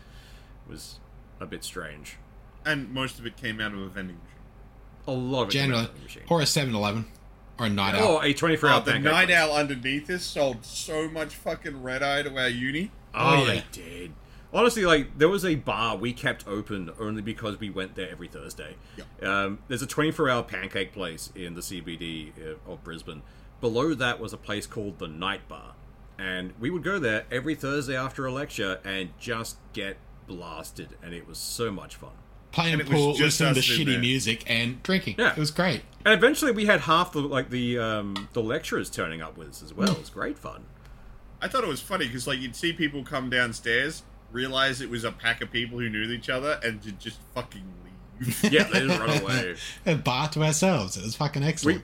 S3: was a bit strange.
S2: and most of it came out of a vending machine.
S3: A lot of it came out
S4: Generally,
S3: of the machine.
S4: or a 7 Eleven, or a night out.
S3: Or a 24
S2: Oh,
S3: hour
S2: the
S3: pancake
S2: night
S3: place.
S2: owl underneath us sold so much fucking red eye to our uni.
S3: Oh,
S4: Oh, yeah.
S3: they did. Honestly, like there was a bar we kept open only because we went there every Thursday. Um, there's a 24-hour pancake place in the CBD uh, of Brisbane. Below that was a place called the Night Bar, and we would go there every Thursday after a lecture and just get blasted, and it was so much fun.
S4: Playing
S2: and it was
S4: pool,
S2: just
S4: listening to
S2: us in
S4: shitty
S2: there.
S4: music, and drinking.
S3: Yeah.
S4: It was great.
S3: And eventually, we had half the like the um, the lecturers turning up with us as well. It was great fun.
S2: I thought it was funny because like you'd see people come downstairs, realize it was a pack of people who knew each other, and to just fucking leave.
S3: Yeah, they didn't run away.
S4: A bar to ourselves. It was fucking excellent.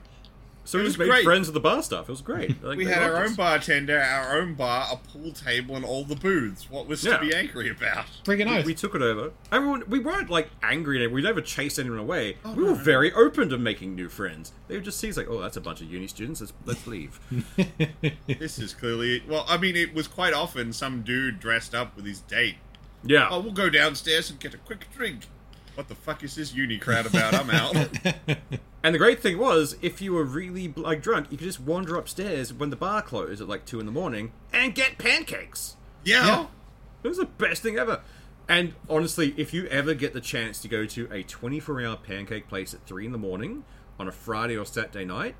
S3: So we
S2: was
S3: just made
S2: great.
S3: friends with the bar staff. It was great. Like,
S2: We
S3: they
S2: had
S3: loved
S2: our
S3: us.
S2: own bartender, our own bar, a pool table, and all the booths. What was
S3: Yeah.
S2: to be angry about?
S4: Friggin'
S3: We-
S4: oath.
S3: We took it over. Everyone, we weren't like angry at anyone. We never chased anyone away. we were very open to making new friends. They would just see it's like, oh, that's a bunch of uni students. Let's, let's leave.
S2: This is clearly well. I mean, it was quite often some dude dressed up with his date.
S3: yeah.
S2: Oh, we'll go downstairs and get a quick drink. What the fuck is this uni crowd about? I'm out.
S3: And the great thing was, if you were really like drunk, you could just wander upstairs when the bar closed at like two in the morning and get pancakes.
S2: yeah.
S3: It was the best thing ever. And honestly, if you ever get the chance to go to a 24 hour pancake place at 3 in the morning on a Friday or Saturday night,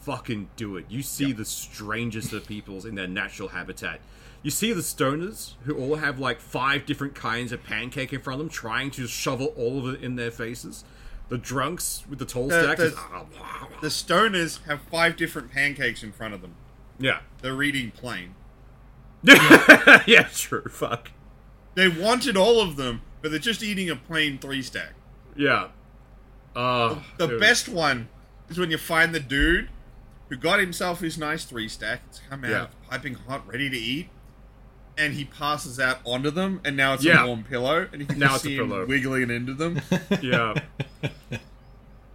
S3: fucking do it. You see the strangest of peoples in their natural habitat. You see the stoners who all have like five different kinds of pancake in front of them, trying to shovel all of it in their faces. The drunks with the tall
S2: The-
S3: stacks.
S2: the-
S3: is- ah, wah, wah.
S2: Uh, The stoners have five different pancakes in front of them.
S3: yeah.
S2: They're eating plain.
S3: Yeah. yeah, true. Fuck.
S2: They wanted all of them, but they're just eating a plain three stack.
S3: Yeah. Uh,
S2: The
S3: dude.
S2: best one is when you find the dude who got himself his nice three stack. It's come out
S3: Yeah.
S2: piping hot, ready to eat, and he passes out onto them, and now it's
S3: Yeah.
S2: a warm pillow, and you can
S3: Now
S2: just
S3: it's a
S2: see him
S3: pillow.
S2: wiggling into them.
S3: yeah.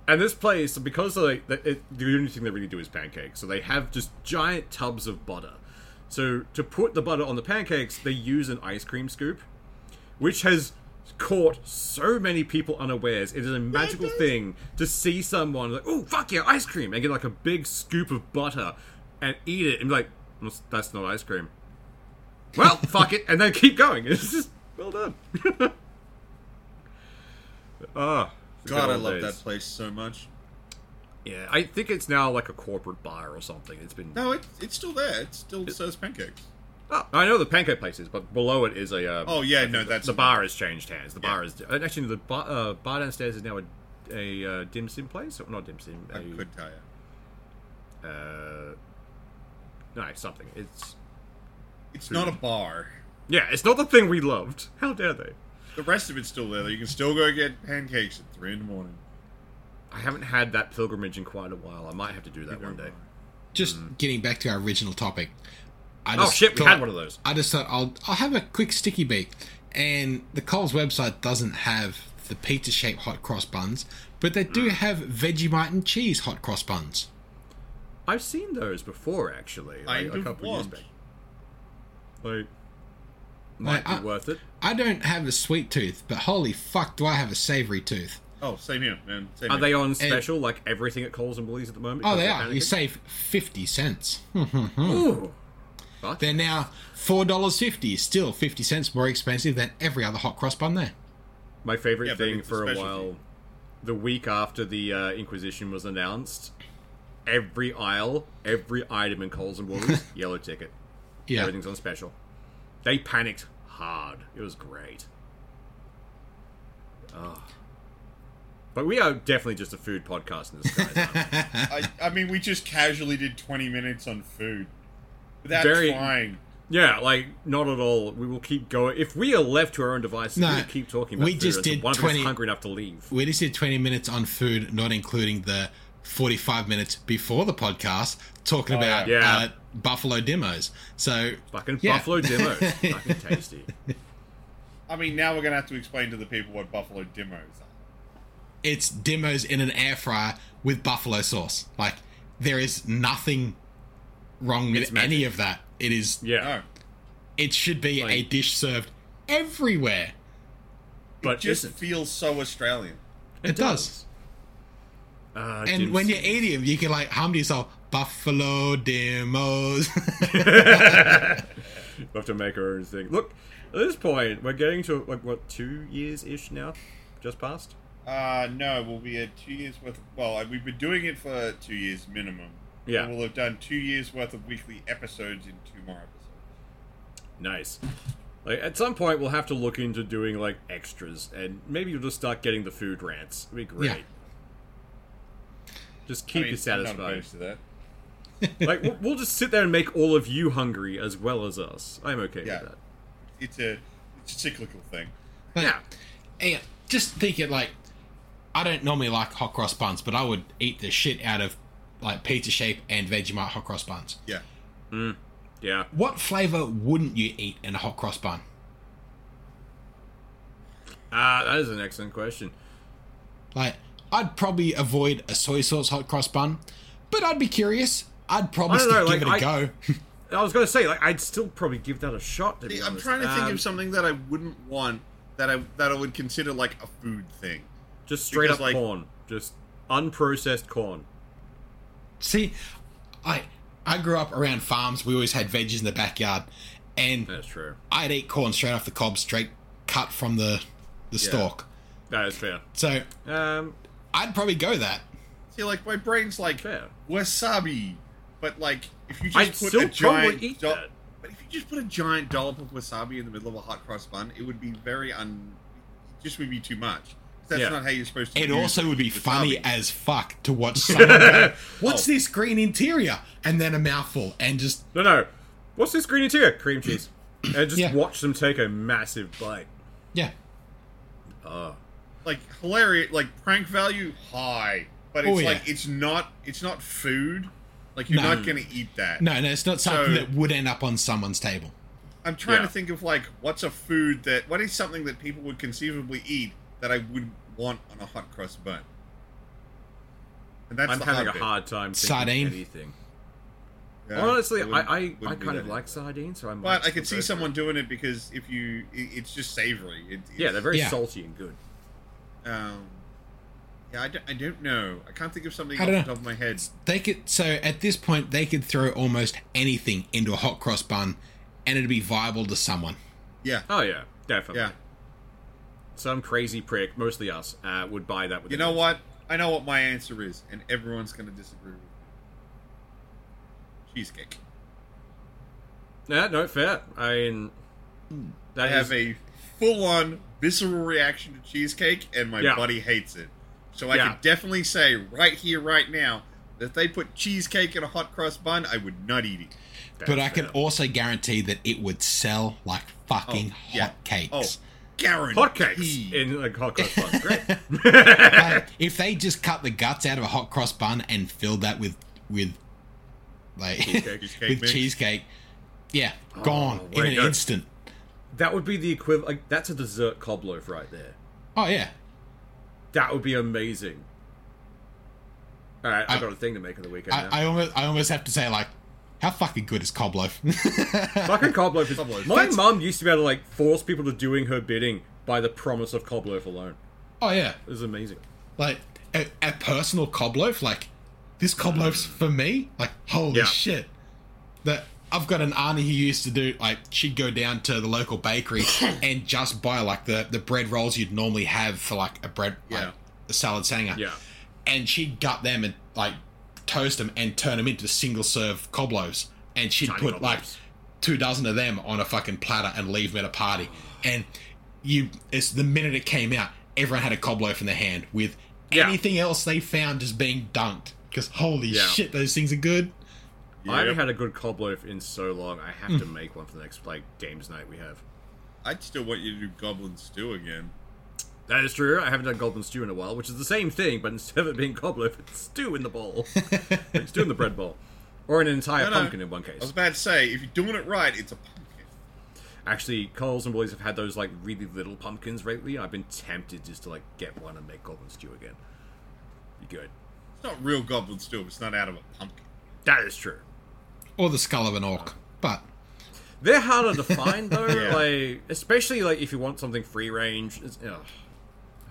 S3: And this place, because like the, it, the only thing they really do is pancakes, so they have just giant tubs of butter. So to put the butter on the pancakes, they use an ice cream scoop, which has caught so many people unawares. It is a magical thing to see someone like, "Oh fuck yeah, ice cream!" and get like a big scoop of butter and eat it, and be like, "Well, "That's not ice cream." Well, fuck it, and then keep going. It's just well done. Ah, the
S2: God,
S3: good
S2: I
S3: old
S2: love that
S3: days.
S2: place so much.
S3: Yeah, I think it's now like a corporate bar or something. It's been.
S2: No, it, it's still there. It still serves pancakes.
S3: Oh, I know the pancake place is, but below it is a. Um,
S2: Oh yeah, no, that's
S3: the bar has changed hands. The bar
S2: Yeah.
S3: is uh, actually the bar, uh, bar downstairs is now a, a uh, dim sim place. Or not dim sim.
S2: I
S3: a,
S2: could tell you.
S3: Uh, no, something. It's
S2: It's not a bar.
S3: yeah, it's not the thing we loved. How dare they?
S2: The rest of it's still there. though. You can still go get pancakes at three in the morning.
S3: I haven't had that pilgrimage in quite a while. I might have to do that one day.
S4: just getting back to our original topic. I
S3: Oh shit, we
S4: thought-
S3: had one of those.
S4: I just thought I'll I'll have a quick sticky beak, and the Coles website doesn't have the pizza shaped hot cross buns, but they
S3: Mm.
S4: do have Vegemite and cheese hot cross buns.
S3: I've seen those before, actually, like,
S2: Kind
S3: a
S2: of
S3: couple years
S2: want.
S3: back. Like, might
S4: I-
S3: be worth it.
S4: I don't have a sweet tooth, but holy fuck, do I have a savory tooth?
S2: Oh, same here, man. Same
S3: Are
S2: here.
S3: they on special, like everything at Coles and Woolies at the moment?
S4: Oh,
S3: because
S4: they
S3: they're
S4: are. You Hmm.
S3: panicking?
S4: save fifty cents.
S3: Ooh. Fuck.
S4: They're now four dollars fifty, still fifty cents more expensive than every other hot cross bun there.
S3: My favorite
S2: Yeah, but
S3: thing
S2: it's a
S3: for a
S2: special
S3: while,
S2: thing.
S3: the week after the uh, Inquisition was announced, every aisle, every item in Coles and Woolies, yellow ticket.
S4: Yeah,
S3: Everything's on special. They panicked hard. It was great. Ah. But we are definitely just a food podcast in this guy.
S2: I, I mean, we just casually did 20 minutes on food. But that's
S3: Very-
S2: fine.
S3: yeah, like not at all. We will keep going. If we are left to our own devices,
S4: No,
S3: we will keep talking about
S4: we
S3: food
S4: just
S3: until
S4: did
S3: one of us is
S4: 20
S3: hungry enough to leave.
S4: we just did 20 minutes on food, not including the 45 minutes before the podcast talking about
S3: Oh, yeah. Yeah.
S4: Uh, buffalo demos. So
S3: Fucking
S4: Yeah.
S3: buffalo demo. Fucking tasty.
S2: I mean, now we're gonna have to explain to the people what buffalo dimos are.
S4: It's demos in an air fryer with buffalo sauce. Like there is nothing wrong with
S3: It's magic.
S4: any of that. It is.
S3: Yeah,
S2: No,
S4: It should be a
S3: Like-
S4: dish served everywhere.
S3: but
S2: it just
S3: isn't.
S2: feels so Australian.
S4: It, does.
S3: Uh,
S4: And
S3: Jim's-
S4: when you eat them, you can like hum to yourself, "Buffalo demos."
S3: We have to make our own thing. Look, at this point, we're getting to like what two years ish now, just past.
S2: Uh, no, we'll be at two years worth. Of, well, we've been doing it for two years minimum.
S3: Yeah.
S2: And we'll have done two years worth of weekly episodes in two more episodes.
S3: Nice. Like at some point, we'll have to look into doing like extras, and maybe you'll just start getting the food rants. It'd be great.
S4: Yeah.
S3: Just
S2: I
S3: keep
S2: mean,
S3: you
S2: I'm not
S3: satisfied.
S2: opposed to that.
S3: like we'll, we'll just sit there and make all of you hungry as well as us. I'm okay
S2: Yeah.
S3: with that.
S2: It's a, it's a cyclical thing.
S3: Yeah.
S4: Yeah, just think it like I don't normally like hot cross buns, but I would eat the shit out of like pizza shape and Vegemite hot cross buns.
S2: Yeah.
S3: Yeah.
S4: What flavor wouldn't you eat in a hot cross bun?
S3: Ah, that is an excellent question.
S4: Like I'd probably avoid a soy sauce hot cross bun, but I'd be curious. I'd probably
S3: I don't
S4: still
S3: know,
S4: give
S3: like,
S4: it a
S3: I-
S4: go.
S3: I was gonna say, like, I'd still probably give that a shot. To be
S2: I'm
S3: honest.
S2: trying to think
S3: Um,
S2: of something that I wouldn't want that I that I would consider like a food thing.
S3: Just straight
S2: because,
S3: up
S2: like-
S3: corn, just unprocessed corn.
S4: See, I I grew up around farms. We always had veggies in the backyard, and
S3: That's true.
S4: I'd eat corn straight off the cob, straight cut from the the stalk.
S3: That is fair.
S4: So
S3: Um,
S4: I'd probably go that.
S2: See, like my brain's like
S3: Fair.
S2: wasabi, but like if you just
S3: I'd
S2: put
S3: still
S2: a
S3: probably
S2: giant
S3: eat
S2: doll-
S3: that.
S2: but if you just put a giant dollop of wasabi in the middle of a hot cross bun, it would be very un. It just would be too much. That's
S3: Yeah.
S2: not how you're supposed to.
S4: It
S2: use
S4: also would be
S2: wasabi.
S4: funny as fuck to watch someone go,
S2: Oh.
S4: What's this green interior? And then a mouthful and just
S3: no, no. What's this green interior? Cream cheese. And just
S4: Yeah.
S3: watch them take a massive bite.
S4: yeah.
S2: Ah. like hilarious, like prank value high, but it's
S4: Oh, yeah.
S2: like it's not. It's not food. Like you're
S4: No.
S2: not gonna eat that.
S4: No, no, it's not something
S2: So-
S4: that would end up on someone's table.
S2: I'm trying
S3: Yeah.
S2: to think of like what's a food that what is something that people would conceivably eat that I would want on a hot cross bun. And that's
S3: I'm
S2: the
S3: having
S2: hard
S3: a
S2: bit.
S3: hard time thinking
S4: Sardine.
S3: of anything.
S2: Yeah,
S3: Honestly, I,
S2: wouldn't-
S3: I,
S2: wouldn't do
S3: I kind
S2: that
S3: of
S2: either.
S3: like sardines, so I might.
S2: But I could
S3: go
S2: see
S3: for
S2: someone
S3: it.
S2: doing it because if you, it, it's just savory. It, it's,
S3: Yeah, they're very
S4: Yeah.
S3: salty and good.
S2: Um, yeah, I don't, I don't know. I can't think of something
S4: I
S2: off
S4: don't
S2: the
S4: know.
S2: top of my head.
S4: They could so at this point they could throw almost anything into a hot cross bun and it'd be viable to someone.
S2: Yeah,
S3: Oh yeah, definitely.
S2: yeah.
S3: Some crazy prick, mostly us, uh, would buy that. With
S2: You
S3: their
S2: know
S3: face.
S2: what? I know what my answer is, and everyone's going to disagree with me. Cheesecake.
S3: Yeah, no, fair. I mean,
S2: Hmm. I
S3: that
S2: have
S3: is-
S2: a full-on visceral reaction to cheesecake, and my
S3: Yeah.
S2: buddy hates it. So I
S3: Yeah.
S2: can definitely say right here, right now, that if they put cheesecake in a hot cross bun, I would not eat it.
S4: but I
S3: fair.
S4: can also guarantee that it would sell like fucking
S2: yeah.
S4: hot cakes.
S2: Oh, guaranteed.
S3: hotcakes in like hot cross buns. Great.
S4: Like, if they just cut the guts out of a hot cross bun and filled that with with like
S3: Cheesecake,
S2: cheesecake
S4: with
S2: mix.
S4: cheesecake, yeah, gone in
S3: Oh, way
S4: an
S3: to go.
S4: instant.
S3: That would be the equivalent. Like, that's a dessert cob loaf right there.
S4: Oh yeah,
S3: That would be amazing. All right, I,
S4: I-
S3: got a thing to make on the weekend. now.
S4: I, I almost I almost have to say like, how fucking good is cob loaf?
S3: Fucking cob loaf is.
S2: Cob loaf.
S3: My
S2: That's-
S3: mum used to be able to like force people to doing her bidding by the promise of cob loaf alone.
S4: oh yeah,
S3: It was amazing.
S4: like a, a personal cob loaf. Like this cob loaf's for me. Like holy
S3: Mm. Yeah.
S4: shit, that. I've got an auntie who used to do like she'd go down to the local bakery and just buy like the, the bread rolls you'd normally have for like a bread
S2: Yeah.
S4: like a salad sanger.
S3: Yeah.
S4: and she'd gut them and like toast them and turn them into single serve cob loaves. And she'd
S3: Tiny
S4: put
S3: cob
S4: like
S3: loaves.
S4: two dozen of them on a fucking platter and leave them at a party. And you, it's the minute it came out, everyone had a cob loaf in their hand with
S3: Yeah.
S4: anything else they found just being dunked. Because holy
S3: Yeah.
S4: shit, those things are good.
S3: I haven't
S2: Yep.
S3: had a good cob loaf in so long. I have to make one for the next like games night we have.
S2: I'd still want you to do goblin stew again.
S3: That is true. I haven't done goblin stew in a while, which is the same thing, but instead of it being cob loaf, it's stew in the bowl, like stew in the bread bowl, or an entire
S2: No, no.
S3: pumpkin in one
S2: I was
S3: case.
S2: about to say, if you're doing it right, it's a pumpkin.
S3: Actually, Coles and Woolies have had those like really little pumpkins lately. I've been tempted just to like get one and make goblin stew again. Be good.
S2: It's not real goblin stew. It's not out of a pumpkin.
S3: That is true.
S4: or the skull of an orc. But
S3: They're harder to find though.
S2: Yeah.
S3: Like especially like if you want something free range. It's ugh,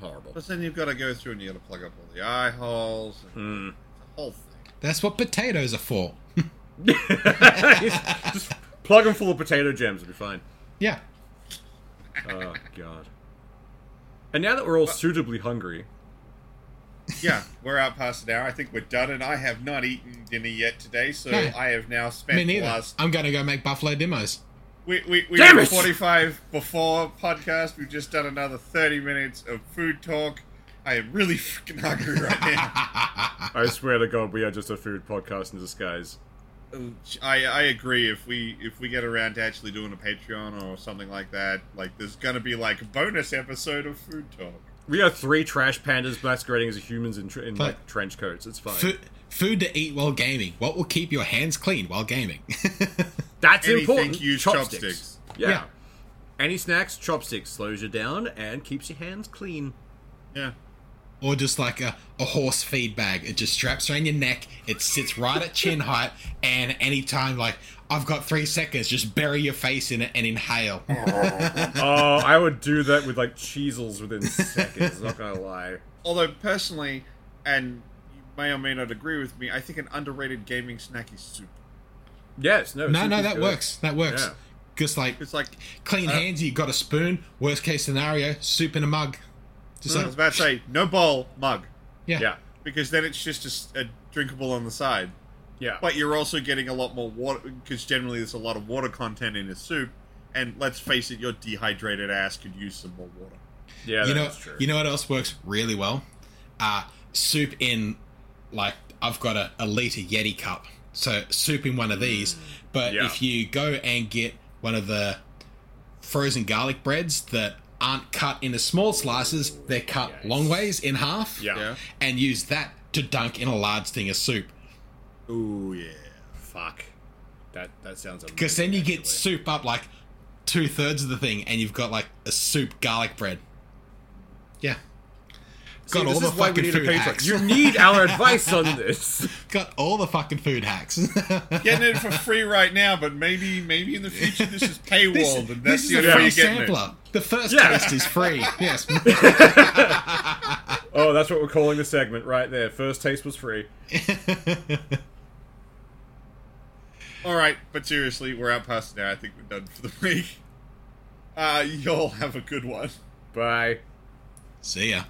S3: horrible.
S2: But then you've got to go through and you got to plug up all the eye holes and the whole thing.
S4: that's what potatoes are for.
S3: just plug them full of potato gems. It'll be fine.
S4: yeah.
S3: Oh god. And now that we're all suitably hungry,
S2: Yeah, we're out past an hour. I think we're done, and I have not eaten dinner yet today, so
S4: No.
S2: I have now spent
S4: Me
S2: the
S4: neither.
S2: last.
S4: I'm going to go make buffalo demos.
S2: We we we
S3: Damn
S2: did
S3: it!
S2: 45 before podcast. We've just done another 30 minutes of food talk. I am really freaking hungry right now.
S3: I swear to God, we are just a food podcast in disguise.
S2: I I agree. If we if we get around to actually doing a Patreon or something like that, like there's gonna be like a bonus episode of food talk.
S3: We are three trash pandas masquerading as humans in, tr- in
S4: But-
S3: like trench coats. It's fine.
S4: Food, food to eat while gaming. What will keep your hands clean while gaming?
S3: That's
S2: Anything
S3: important.
S2: use
S3: chopsticks.
S2: chopsticks.
S3: Yeah.
S4: Yeah.
S3: Any snacks, chopsticks slows you down and keeps your hands clean.
S2: Yeah.
S4: or just like a, a horse feed bag. It just straps around your neck. It sits right at chin height. And anytime, like, I've got three seconds, just bury your face in it and inhale.
S3: Oh, I would do that with like cheesels within seconds. Not gonna lie.
S2: Although personally, and you may or may not agree with me, I think an underrated gaming snack is soup.
S3: Yes. No.
S4: no,
S3: soup
S4: no,
S3: is
S4: that
S3: good.
S4: works. That works.
S3: Yeah. uh,
S4: Just like
S2: It's like
S4: clean hands, you got a spoon. Worst case scenario, soup in a mug. Just
S2: I was
S4: like,
S2: about to say, no bowl, mug,
S4: yeah.
S3: Yeah.
S2: because then it's just a s- a, drinkable on the side.
S3: Yeah.
S2: But you're also getting a lot more water because generally there's a lot of water content in a soup, and let's face it, your dehydrated ass could use some more water.
S3: yeah.
S4: you know,
S3: that's true.
S4: you know what else works really well? Uh, soup in, like, I've got a, a liter Yeti cup, so soup in one of these. But
S3: Mm. yeah.
S4: if you go and get one of the frozen garlic breads that aren't cut into small slices, they're cut
S3: Yes.
S4: long ways in half,
S3: Yeah.
S4: and use that to dunk in a large thing of soup.
S2: Oh yeah.
S3: Fuck. That that sounds.
S4: Because then you get
S3: actually.
S4: soup up like two thirds of the thing, and you've got like a soup garlic bread. Yeah.
S3: See,
S4: got all the
S3: is why we
S4: fucking
S3: need a
S4: food
S3: Patreon.
S4: hacks.
S3: You need our advice on this.
S4: Got all the fucking food hacks.
S2: Getting it for free right now, but maybe maybe in the future this is paywalled,
S4: this,
S2: and
S4: this
S2: that's
S4: is
S2: the
S4: a
S2: only way
S4: free
S2: you're getting it.
S4: sampler. The first
S3: Yeah.
S4: taste is free. Yes.
S3: Oh, that's what we're calling the segment right there. First taste was free.
S2: All right, but seriously, we're out past now. I think we're done for the week. Uh, y'all have a good one.
S3: Bye.
S4: See ya.